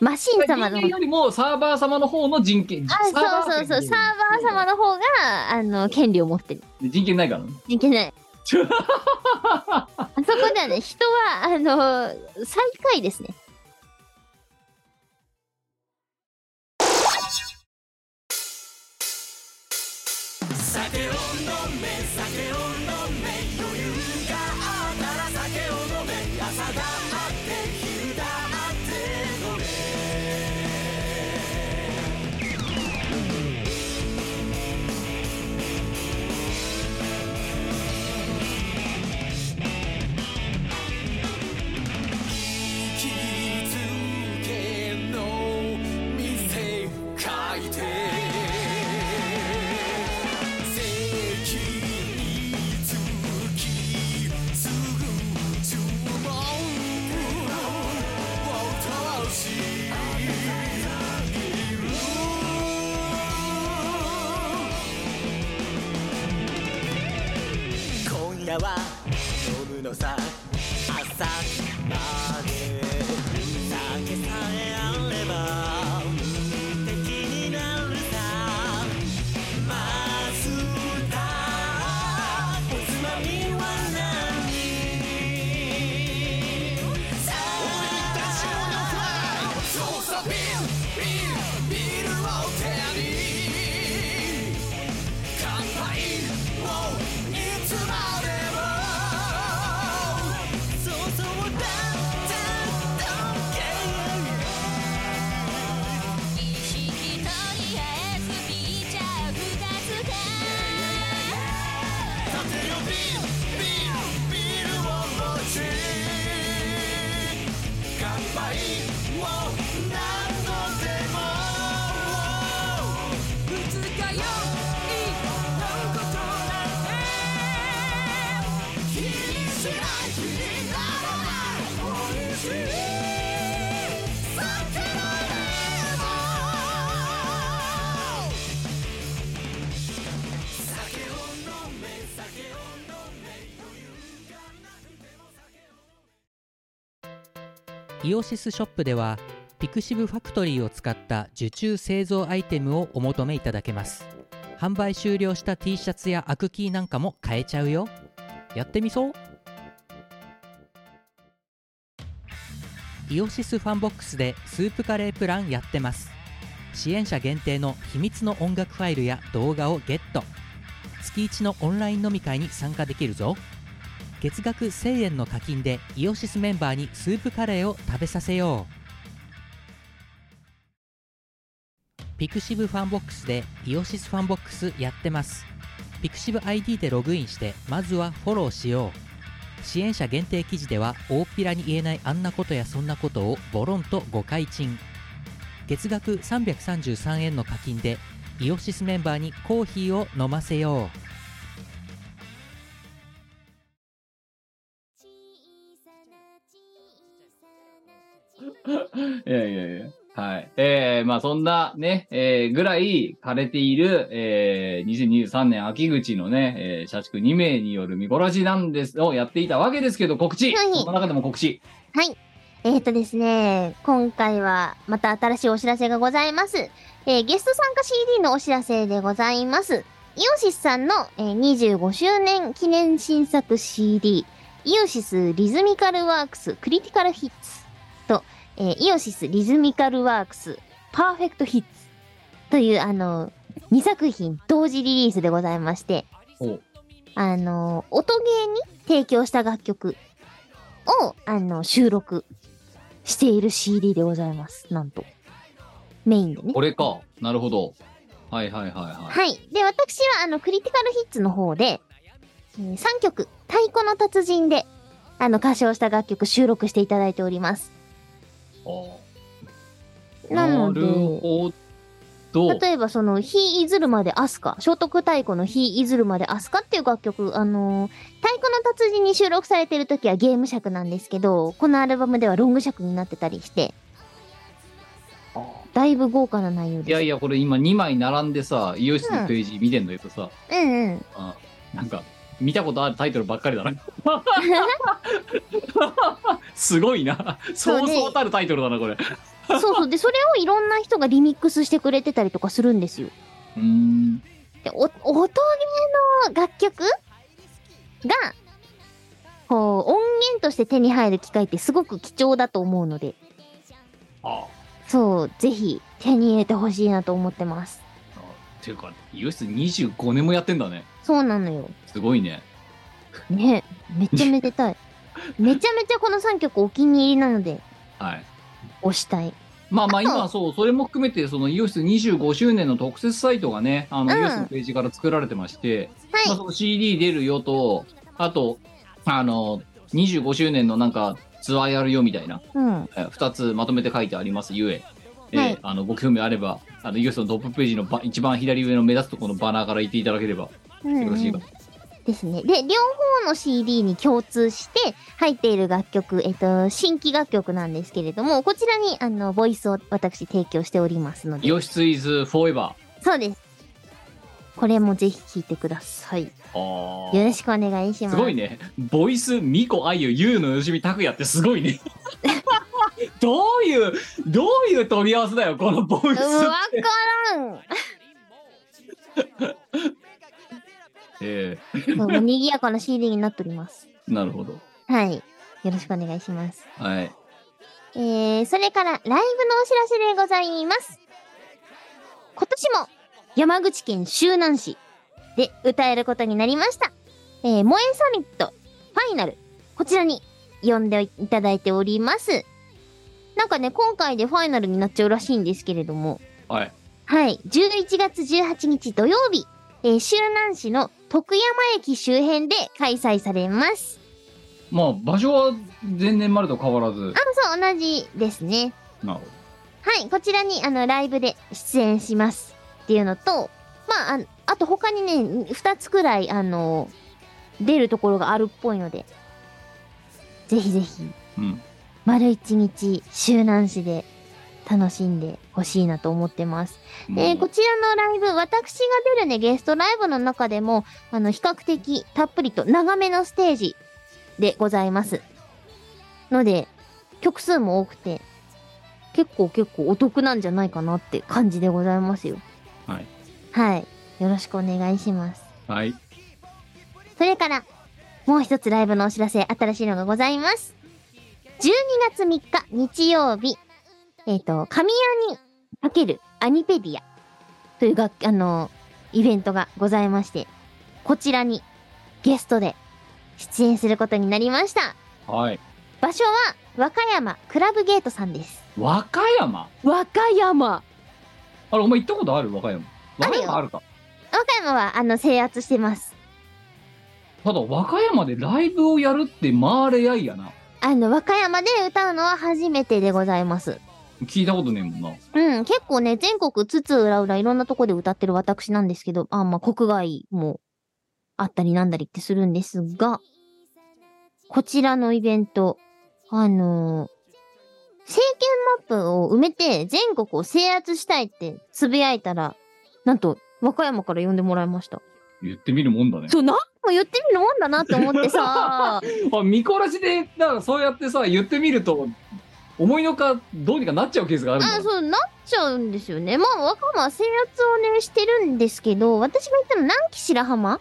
マシン
人
様
間
の
よりもサーバー様の方の人権
あそうそうそうサーバー様の方があの権利を持って る
で人権ないからね
いけないあそこではね人はあの最下位ですね
今夜は飲むのさ朝まで酒さえあれば無敵になるさマスターおつまみは何さあ俺たちのフライ操作ビールビールビールを手に乾杯もういつまでもそうそうだっただけ意識とりあえずビーチャー二つで縦よビールビールビールを持ち乾杯を何度でも二日酔いのことなんて気にしない気にならない美味しい酒のレモン酒を飲め酒を飲め余裕がなくても酒を
イオシスショップではピクシブファクトリーを使った受注製造アイテムをお求めいただけます販売終了した T シャツやアクキーなんかも買えちゃうよやってみそうイオシスファンボックスでスープカレープランやってます支援者限定の秘密の音楽ファイルや動画をゲット月1のオンライン飲み会に参加できるぞ月額1000円の課金でイオシスメンバーにスープカレーを食べさせようピクシブファンボックスでイオシスファンボックスやってますピクシブ ID でログインしてまずはフォローしよう支援者限定記事では大っぴらに言えないあんなことやそんなことをボロンと誤解賃月額333円の課金でイオシスメンバーにコーヒーを飲ませよう
いやいやいや。はい。えー、まあそんなね、えー、ぐらい枯れている、えー、2023年秋口のね、えー、社畜2名によるミコラジなんです、をやっていたわけですけど、告知
はい
その中でも告知
えーとですね、今回はまた新しいお知らせがございます。えーゲスト参加 CD のお知らせでございます。イオシスさんの、えー25周年記念新作 CD、イオシスリズミカルワークスクリティカルヒッツと、えーイオシスリズミカルワークスパーフェクトヒッツという、あの、2作品同時リリースでございまして、
を、
あの、音ゲーに提供した楽曲を、あの、収録している CD でございます。なんと。メインでね。
これか。なるほど。はいはいはいはい。
はい。で、私は、あの、クリティカルヒッツの方で、えー3曲、太鼓の達人で、あの、歌唱した楽曲収録していただいております。
あー
なので
るほど。
例えばその「日いずるまでアスカ」「聖徳太鼓の日いずるまでアスカ」っていう楽曲あのー太鼓の達人」に収録されてる時はゲーム尺なんですけどこのアルバムではロング尺になってたりしてだいぶ豪華な内
い
容
や
です
いや、これ今2枚並んでさ、イオシスのページ見てんだけどさ、
うんうん
あなんか、見たことあるタイトルばっか りだな。すごいな。そ
そ
うう
ね
そうたるタイトルだな、これ。
そうそう。で、それをいろんな人がリミックスしてくれてたりとかするんですよ。
うーん。
で、お、音ゲの楽曲が、こう、音源として手に入る機会ってすごく貴重だと思うので、
あ
そう、ぜひ手に入れてほしいなと思ってます。
あ。ていうか、イオシス25年もやってんだね。
そうなのよ。
すごいね。
ね、めっちゃめで たい。めちゃめちゃこの3曲お気に入りなので、
はい。
押したい。
まあまあ
あと
今はそう、それも含めて、そのイオシス25周年の特設サイトがね、あの、
うん
イオシスのページから作られてまして、
はい
まあその CD 出るよと、あと、あの、25周年のなんかツアーやるよみたいな、
うん。
えー2つまとめて書いてありますゆえ、えー
はい
あのご興味あれば、あの、イオシスのトップページのば一番左上の目立つところのバナーから行っていただければよ
うんう
ろしいか
ん
と。
ですね。で、両方の CD に共通して入っている楽曲、えっと、新規楽曲なんですけれども、こちらに、あの、ボイスを私提供しておりますので
イ。オシスイズフォーエバ
そうです。これもぜひ聴いてください。よ
ー。あー
ろしくお願いしますす。
ごいね。ボイス、ミコ、アユ、ユウのよしみ、タクヤってすごい ね。どういう、どういう取り合わせだよ、このボイ
うん。
ス。
わからん。
え
そうもう賑やかな CD になっております。
えなるほど。
はい。よろしくお願いします。
はい。
えー、それからライブのお知らせでございます。今年も山口県周南市で歌えることになりました。えー、萌えサミットファイナル。こちらに呼んでいただいております。なんかね、今回でファイナルになっちゃうらしいんですけれども。
はい。
はい。11月18日土曜日、えー、周南市の徳山駅周辺で開催されます。
まあ、場所は前年までと変わらず
あ。、そう、同じですね。
なるほど。
はい、こちらにあのライブで出演しますっていうのと、まあ、あのあと他にね、2つくらい、あの、出るところがあるっぽいので、ぜひぜひ、
うん。
丸一日、周南市で楽しんでほしいなと思ってます。
も
え
う
こちらのライブ、私が出るね、ゲストライブの中でも、あの、比較的たっぷりと長めのステージでございます。ので、曲数も多くて、結構結構お得なんじゃないかなって感じでございますよ。
はい。
はい。よろしくお願いします。
はい。
それから、もう一つライブのお知らせ、新しいのがございます。12月3日日曜日、えっ、と、神谷にかけるアニペディアという楽あの、イベントがございまして、こちらにゲストで出演することになりました。
はい。
場所は和歌山クラブゲートさんです。
和歌山
和歌山
あれ、お前行ったことある和歌山。和歌山あるか。
和歌山はあの制圧してます。
ただ、和歌山でライブをやるって、まあレアいやな。
あの、和歌山で歌うのは初めてでございます。
聞いたことねえもんな。
うん、結構ね、全国津々浦々いろんなとこで歌ってる私なんですけど、あまあ国外もあったりなんだりってするんですが、こちらのイベント、あのー、政権マップを埋めて全国を制圧したいってつぶやいたら、なんと和歌山から呼んでもらいました。
言ってみるもんだね。
そうなん
もう言ってみるもんだなって思っ て
あ
さ、
見こらしでだからそうやってさ言ってみると思いのかどうにかなっちゃうケースがあるんだ
あそうなっちゃうんですよね。まあ、若間は制圧をね、してるんですけど、私が言ったのは南紀白浜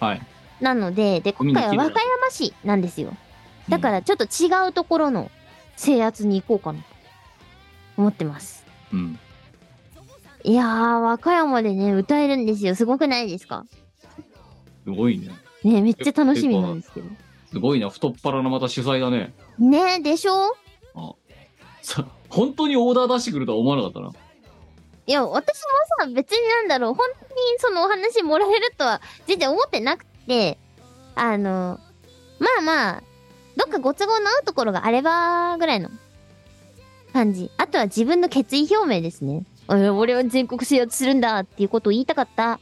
はい
なので、で、
海
今
の綺麗
回は
な
和歌山市なんですよ。だから、ちょっと違うところの制圧に行こうかなと思ってます。
うん
いやー、和歌山でね、歌えるんですよ。すごくないですか
すごいね
ねめっちゃ楽しみなんですけど。
すごいな太っ腹なまた主催だね
ねでしょ
さ本当にオーダー出してくるとは思わなかったない
や、私もさ、別になんだろう、本当にそのお話もらえるとは全然思ってなくて、あの、まあまあ、どっかご都合の合うところがあれば、ぐらいの感じ。あとは自分の決意表明ですね。俺俺は全国制圧するんだっていうことを言いたかった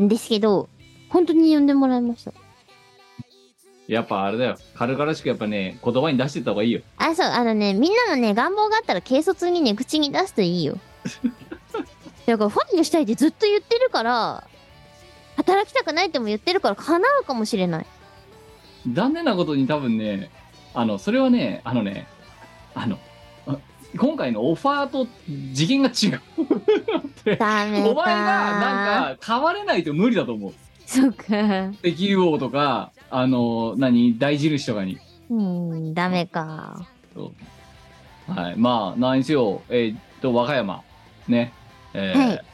んですけど、本当に呼んでもらいました。
やっぱあれだよ軽々しくやっぱね言葉に出してった方がいいよ
あ、そう、あのね、みんなのね、願望があったら軽率にね、口に出すとい いよ。だから、ファイルしたいってずっと言ってるから、働きたくないっても言ってるから、叶うかもしれない。
残念なことに多分ねあのそれはねあのねあのあ今回のオファーと次元が違う。
ダメか
お前がなんか変われないと無理だと思う。
そうか
石油王とか、あの、何、大印とかに。
うんダメか
はい。まあ、なんにせよ、えーっと、和歌山、ね。えー
はい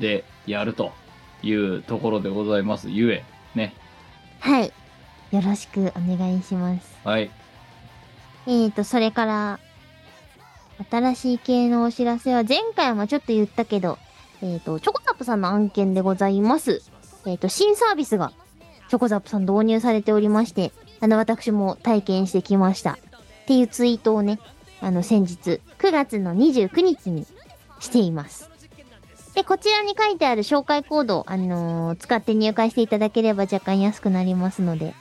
で、やるというところでございます。ゆえ、ね。
はいよろしくお願いします
はい。
えーとそれから新しい系のお知らせは前回もちょっと言ったけどえーとチョコザップさんの案件でございますえーと新サービスがチョコザップさん導入されておりましてあの私も体験してきましたっていうツイートをねあの先日9月の29日にしていますでこちらに書いてある紹介コードを、あのー使って入会していただければ若干安くなりますので、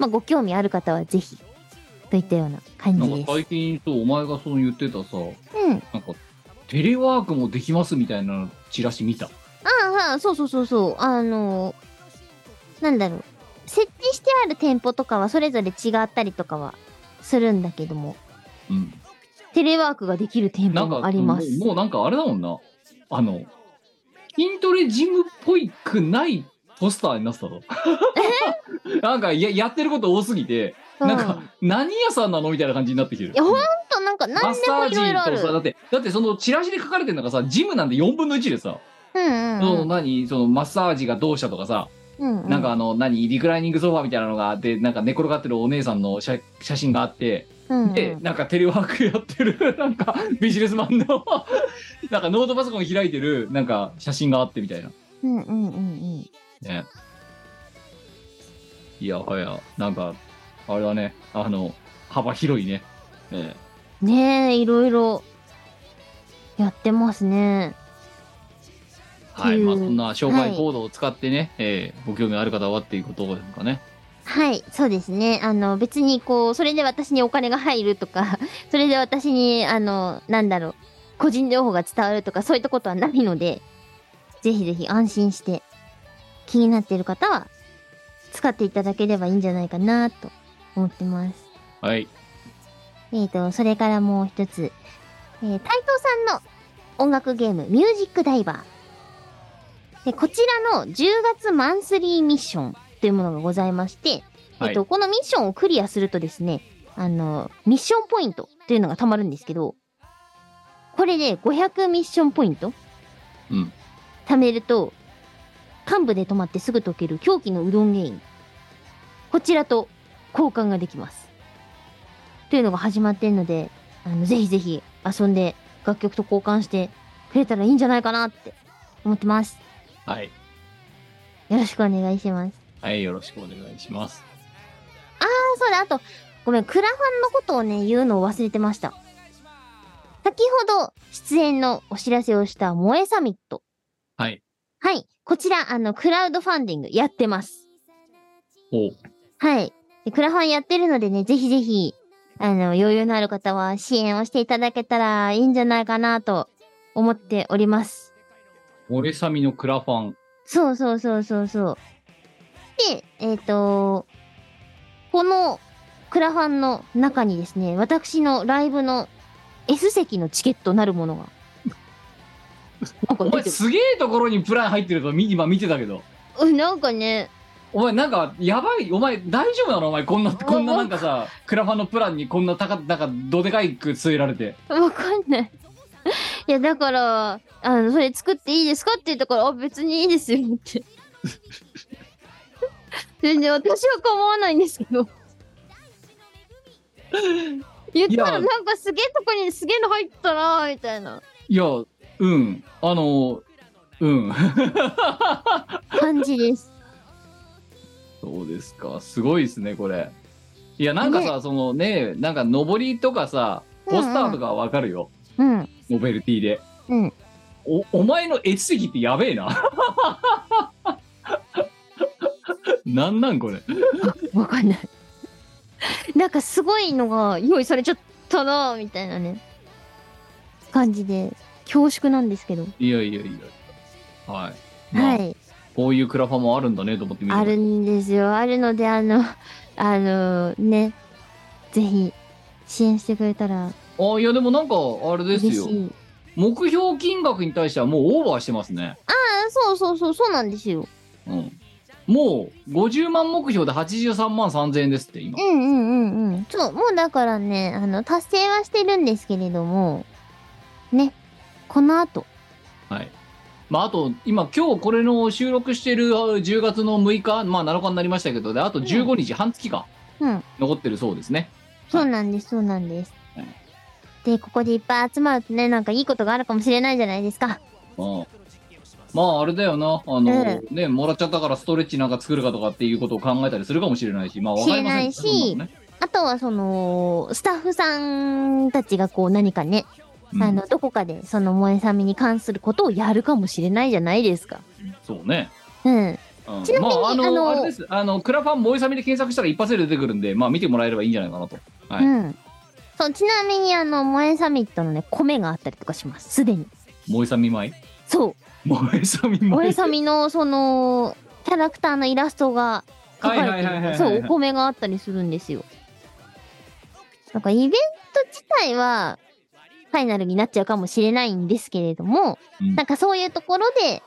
まあ、ご興味ある方はぜひといったような感
な
じ
ん
です
か最近、そう、お前がそう言ってたさ、
うん
なんか、テレワークもできますみたいなチラシ見た。
あああそうそうそうそうあのなんだろう設置してある店舗とかはそれぞれ違ったりとかはするんだけども
うん。
テレワークができる店
な
舗
んか、
もあります
もうもうなんかあれだもんな。あの、筋トレジムっぽいくないポスターになってたぞ。 なんかや、やってること多すぎて、なんか、何屋さんなのみたいな感じになってきてる
い。やほんとなんか
マ
何
ッ
で
サ
も
ー
い
ジ
ろいろあ
と
る
さ、だって、だってそのチラシで書かれてるのがさ、ジムなんで4分の1でさ、
うん
そうの
ん
何、そのマッサージがどうしたとかさ、
うんう
なんかあの、何、リクライニングソファーみたいなのがあって、なんか寝転がってるお姉さんの写写真があって、
うん
で、なんかテレワークやってる、 なんかビジネスマンの、 なんかノートパソコン開いてる、なんか写真があってみたいな。
うんうんうんうん
ね。いやはや、なんか、あれだね、あの、幅広いね。え
ねえいろいろやってますね
えはい、まあ、
う
そ
ん
んな紹介コードを使ってね、ええご興味ある方はっていうことですかね。
はい、そうですね。あの、別にこう、それで私にお金が入るとか、 それで私に、あの、なんだろう、個人情報が伝わるとか、そういったことはないので、ぜひぜひ安心して、気になっている方は、使っていただければいいんじゃないかなと思ってます。
はい、
えーと、それからもう一つ、えー、タイトーさんの音楽ゲーム、ミュージックダイバー。で、こちらの10月マンスリーミッションというものがございまして、
はい
えっと、このミッションをクリアするとですね、あの、ミッションポイントというのが貯まるんですけど、これで500ミッションポイント
うん
貯めると、幹部で止まってすぐ溶ける狂気のうどんゲイン。こちらと交換ができます。というのが始まってんので、あの、ぜひぜひ遊んで楽曲と交換してくれたらいいんじゃないかなって思ってます。
はい、
よろしくお願いします。
はい、よろしくお願いします。
あそうだ、あと、ごめん、クラファンのことをね、言うのを忘れてました。先ほど、出演のお知らせをした萌えサミット。
はい。
はい。こちら、あの、クラウドファンディングやってます。
お
はい。でクラファンやってるのでね、ぜひぜひ、あの、余裕のある方は支援をしていただけたらいいんじゃないかなと思っております。
俺さみのクラファン。
そうそうそうそうそう。で、えっ、と、このクラファンの中にですね、私のライブの S 席のチケットなるものが。なん
お
か出
前
てる
すげえところにプラン入ってるぞ、み今見てたけど。
うん。なんかね、
お前なんか、やばい、お前大丈夫なのお前、こんな、こんななんかさ、クラファンのプランにこんな高、なんか、どでかいく据えられて。
わかんない。いや、だから、あの、それ作っていいですかって言ったから、あ、別にいいですよって。 全然私は構わないんですけど。言っ
い
た
や
らなんかすげえとこにすげえの入ったなみたいない
や、うん、あの、うん。
感じです。
そうですか。すごいですね、これ。いや、なんかさ、そのね、なんか、上りとかさ、ポスターとかはわかるよ。
うん。
ノベルティで。
うん
お、お前の絵席ってやべえな。 なんなんこれ。
わかんない。なんかすごいのが用意されちゃったなみたいなね。感じで、恐縮なんですけど。
いやいやいや。はい。まあ、
はい。
こういうクラファンもあるんだねと思って見てた
あるんですよ。あるので、あの、あの、ね、ぜひ、支援してくれたら
あいやでもなんかあれです
嬉
よ
しい。
目標金額に対してはもうオーバーしてますね
あそうそうそうそうなんですよ。
うんもう50万目標で83万3000円ですって今
うんうんうんうん。そう、もうだからね、あの、達成はしてるんですけれども、ね、この後。
はいまああと今今日これの収録してるあ10月の6日まあ7日になりましたけどであと15日半月か、
うん
残ってるそうですね
そうなんです、そうなんです
はい。
で、ここでいっぱい集まるとね、なんかいいことがあるかもしれないじゃないですか。
うんまああれだよなあの、ねもらっちゃったからストレッチなんか作るかとかっていうことを考えたりするかもしれないしまあわかりませんけど
知れないし
そんなのね
あとはその、スタッフさんたちがこう何かね、
うん
あの、どこかでその萌えさみに関することをやるかもしれないじゃないですか。
そうね
うん。
うん
ちなみに
まああの
あの
あれですあのクラファン萌えさみで検索したら一発で出てくるんでまあ見てもらえればいいんじゃないかなとはい
うん。そう、ちなみにあの、萌えサミットのね、米があったりとかします。すでに。
萌えさみ舞
そう。
萌えさ み
萌
舞
えさみのそのキャラクターのイラストが書かれ
はいはいはいはい
て
はい
るそうお米があったりするんですよなんかイベント自体はファイナルになっちゃうかもしれないんですけれども、
うん
なんかそういうところで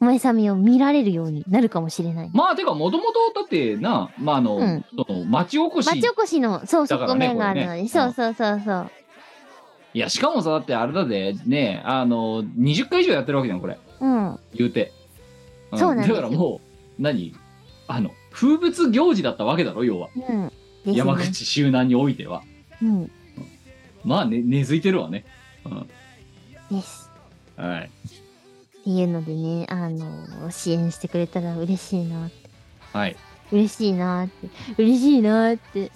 萌えさみを見られるようになるかもしれない
まあてかもともとだってなまああの、
うん
その町おこし
町おこしのそう
だか
側
らね
面がある
こ
の
れ
で、
ね
そうそうそうそう
いやしかもさだってあれだでねあの20回以上やってるわけじゃんこれ
うん
言うて、
そうなんですよ
だからもう何あの風物行事だったわけだろ要は、
うんです
山
ね
口周南においては
うん
まあ、ね、根付いてるわねうん
です
はい
っていうのでねあの支援してくれたら嬉しいな
はい
嬉しいなーって嬉しいなーって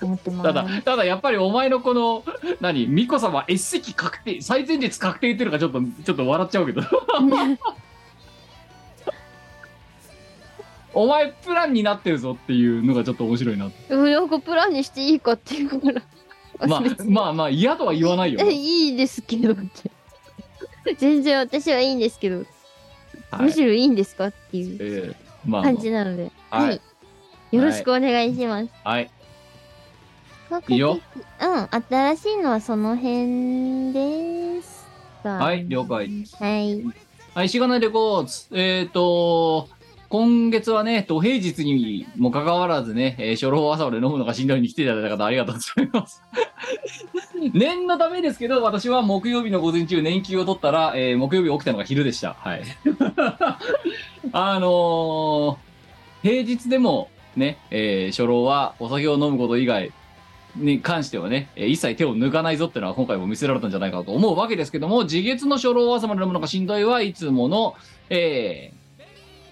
思ってます
ただただやっぱりお前のこの何美子様 S 席確定最前列確定っていうのがちょっとちょっと笑っちゃうけど お前プランになってるぞっていうのがちょっと面白いな
うんなんかプランにしていいかっていうから
まあ
別に
まあまあ嫌とは言わないよ、
えいいですけどって全然私はいいんですけど、
は
む
い
しろいいんですかっていう
えーまあまあ
感じなので、
は
はいい、よろしくお願いします、
はい
い
いいよ
うん新しいのはその辺ですか
はい了解
はい
はい、しがないレコーツ。えっ、と、今月はね、土平日にもかかわらずね、えー初老朝まで飲むのがしんどいに来ていただいた方、ありがとうございます。 念のためですけど、私は木曜日の午前中、年休を取ったら、えー木曜日起きたのが昼でした。はい。 あのー平日でもね、えー初老はお酒を飲むこと以外に関してはね、えー一切手を抜かないぞってのは今回も見せられたんじゃないかと思うわけですけども、自月の初老は朝まで飲むのがしんどいはいつもの、え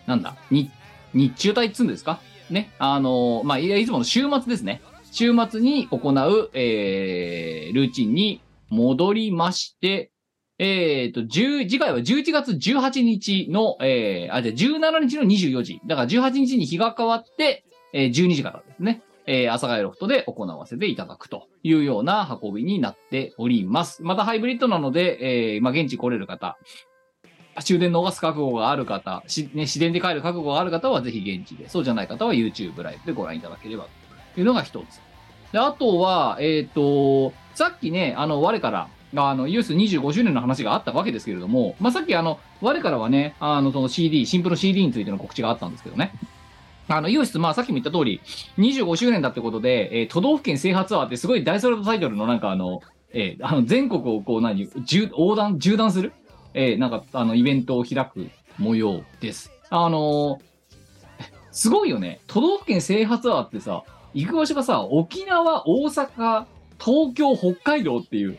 ー、なんだ、に日中帯っつうんですかね、あのーまあ、いやいつもの週末ですね。週末に行う、えー、ルーチンに戻りまして、えっ、と、10次回は11月18日の、えー、あ、じゃあ17日の24時。だから18日に日が変わって、えー12時からですね。えー、朝帰ロフトで行わせていただくというような運びになっております。またハイブリッドなので、えー、まあ、現地来れる方、終電逃す覚悟がある方、しね、市電で帰る覚悟がある方はぜひ現地で、そうじゃない方は YouTube ライブでご覧いただければというのが一つ。で、あとは、えっ、と、さっきね、あの、我から、あの、ユース25周年の話があったわけですけれども、まあ、さっきあの、我からはね、あの、その CD、新婦の CD についての告知があったんですけどね。あの、ユース、まあ、さっきも言った通り、25周年だってことで、えー都道府県制覇ツアーってすごい大それたタイトルのなんかあの、えーあの、全国をこう何、縦横断、縦断する、えーなんか、あの、イベントを開く模様です。あのーすごいよね。都道府県制覇ツアーってさ、行く場所がさ、沖縄、大阪、東京、北海道っていう、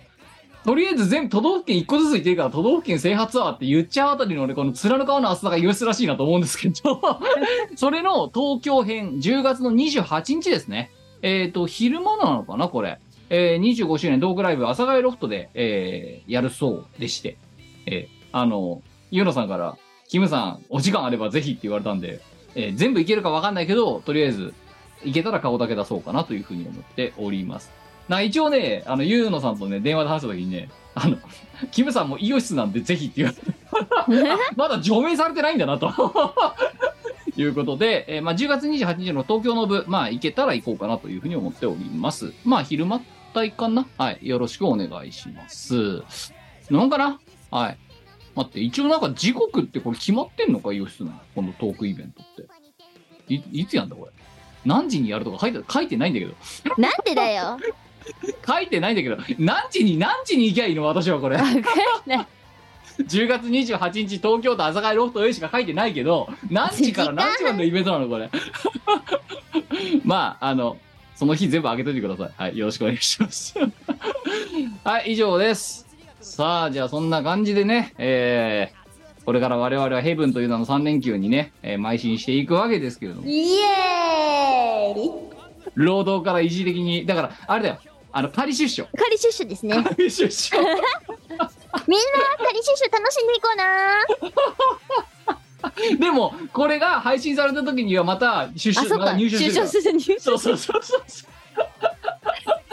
とりあえず全部都道府県1個ずつ行ってるから、都道府県制覇ツアーって言っちゃうあたりの俺、この面の皮の厚さがユースらしいなと思うんですけど、 それの東京編、10月の28日ですね。えっ、と、昼間なのかな、これ。えー25周年トークライブ、阿佐ヶ谷ロフトで、えーやるそうでして。えーあの、ユーノさんから、キムさん、お時間あればぜひって言われたんで、えー全部いけるかわかんないけど、とりあえず、いけたら顔だけ出そうかなというふうに思っております。な、一応ね、あの、ユーノさんとね、電話で話した時にね、あの、キムさんもイオシスなんでぜひって言われて、まだ除名されてないんだなと。 いうことで、えーまあ、10月28日の東京の部、まあ、行けたら行こうかなというふうに思っております。まあ、昼間体かなはい。よろしくお願いします。なんかなはい。待って、一応なんか時刻ってこれ決まってんのか、イオシスのこのトークイベントって。い、いつやんだこれ。何時にやるとか書いて、書いてないんだけど。
なんでだよ。
書いてないんだけど、何時に何時に行きゃいいの私はこれ。
わかんない。
10月28日東京都朝霞ロフト A しか書いてないけど何時から何時までのイベントなのこれ まああのその日全部上げといてくださいはいよろしくお願いします はい以上ですさあじゃあそんな感じでねえーこれから我々はヘブンという名の3連休にね、えー邁進していくわけですけれども
イエーイ。
労働から一時的にだからあれだよあの仮出所
仮出所ですね。
仮出所
みんな仮出所楽しんでいこうな。
でもこれが配信された時にはまた出所
あ、そっ
ま
か。
た入所してる
出
か
所
ら
する入所。
そうそうそうそう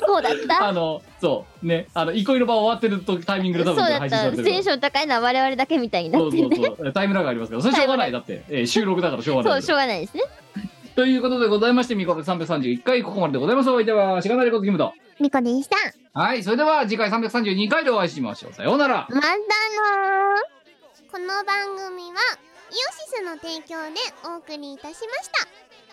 そうだった
あ。の、そう、ね、あの、憩いの場終わってるとタイミングで
そ
多
う
分
だ
配
っ
信さ
た。
れて
テン
る
シ
か
ョン高いのは我々だけみたいに
ら。
な
そ
っ
う
て
そう
ね。
そう。タイムラグありますけど、それしょうがない。だって、えー収録だからしょうがな
そ
い。
う、しょうがないですね。
ということでございまして、ミコ331回ここまででございます。お相手は、しがないことキムと。
みこでした
はい、それでは次回332回でお会いしましょう。さようなら。
またなこの番組はイオシスの提供でお送りいたしました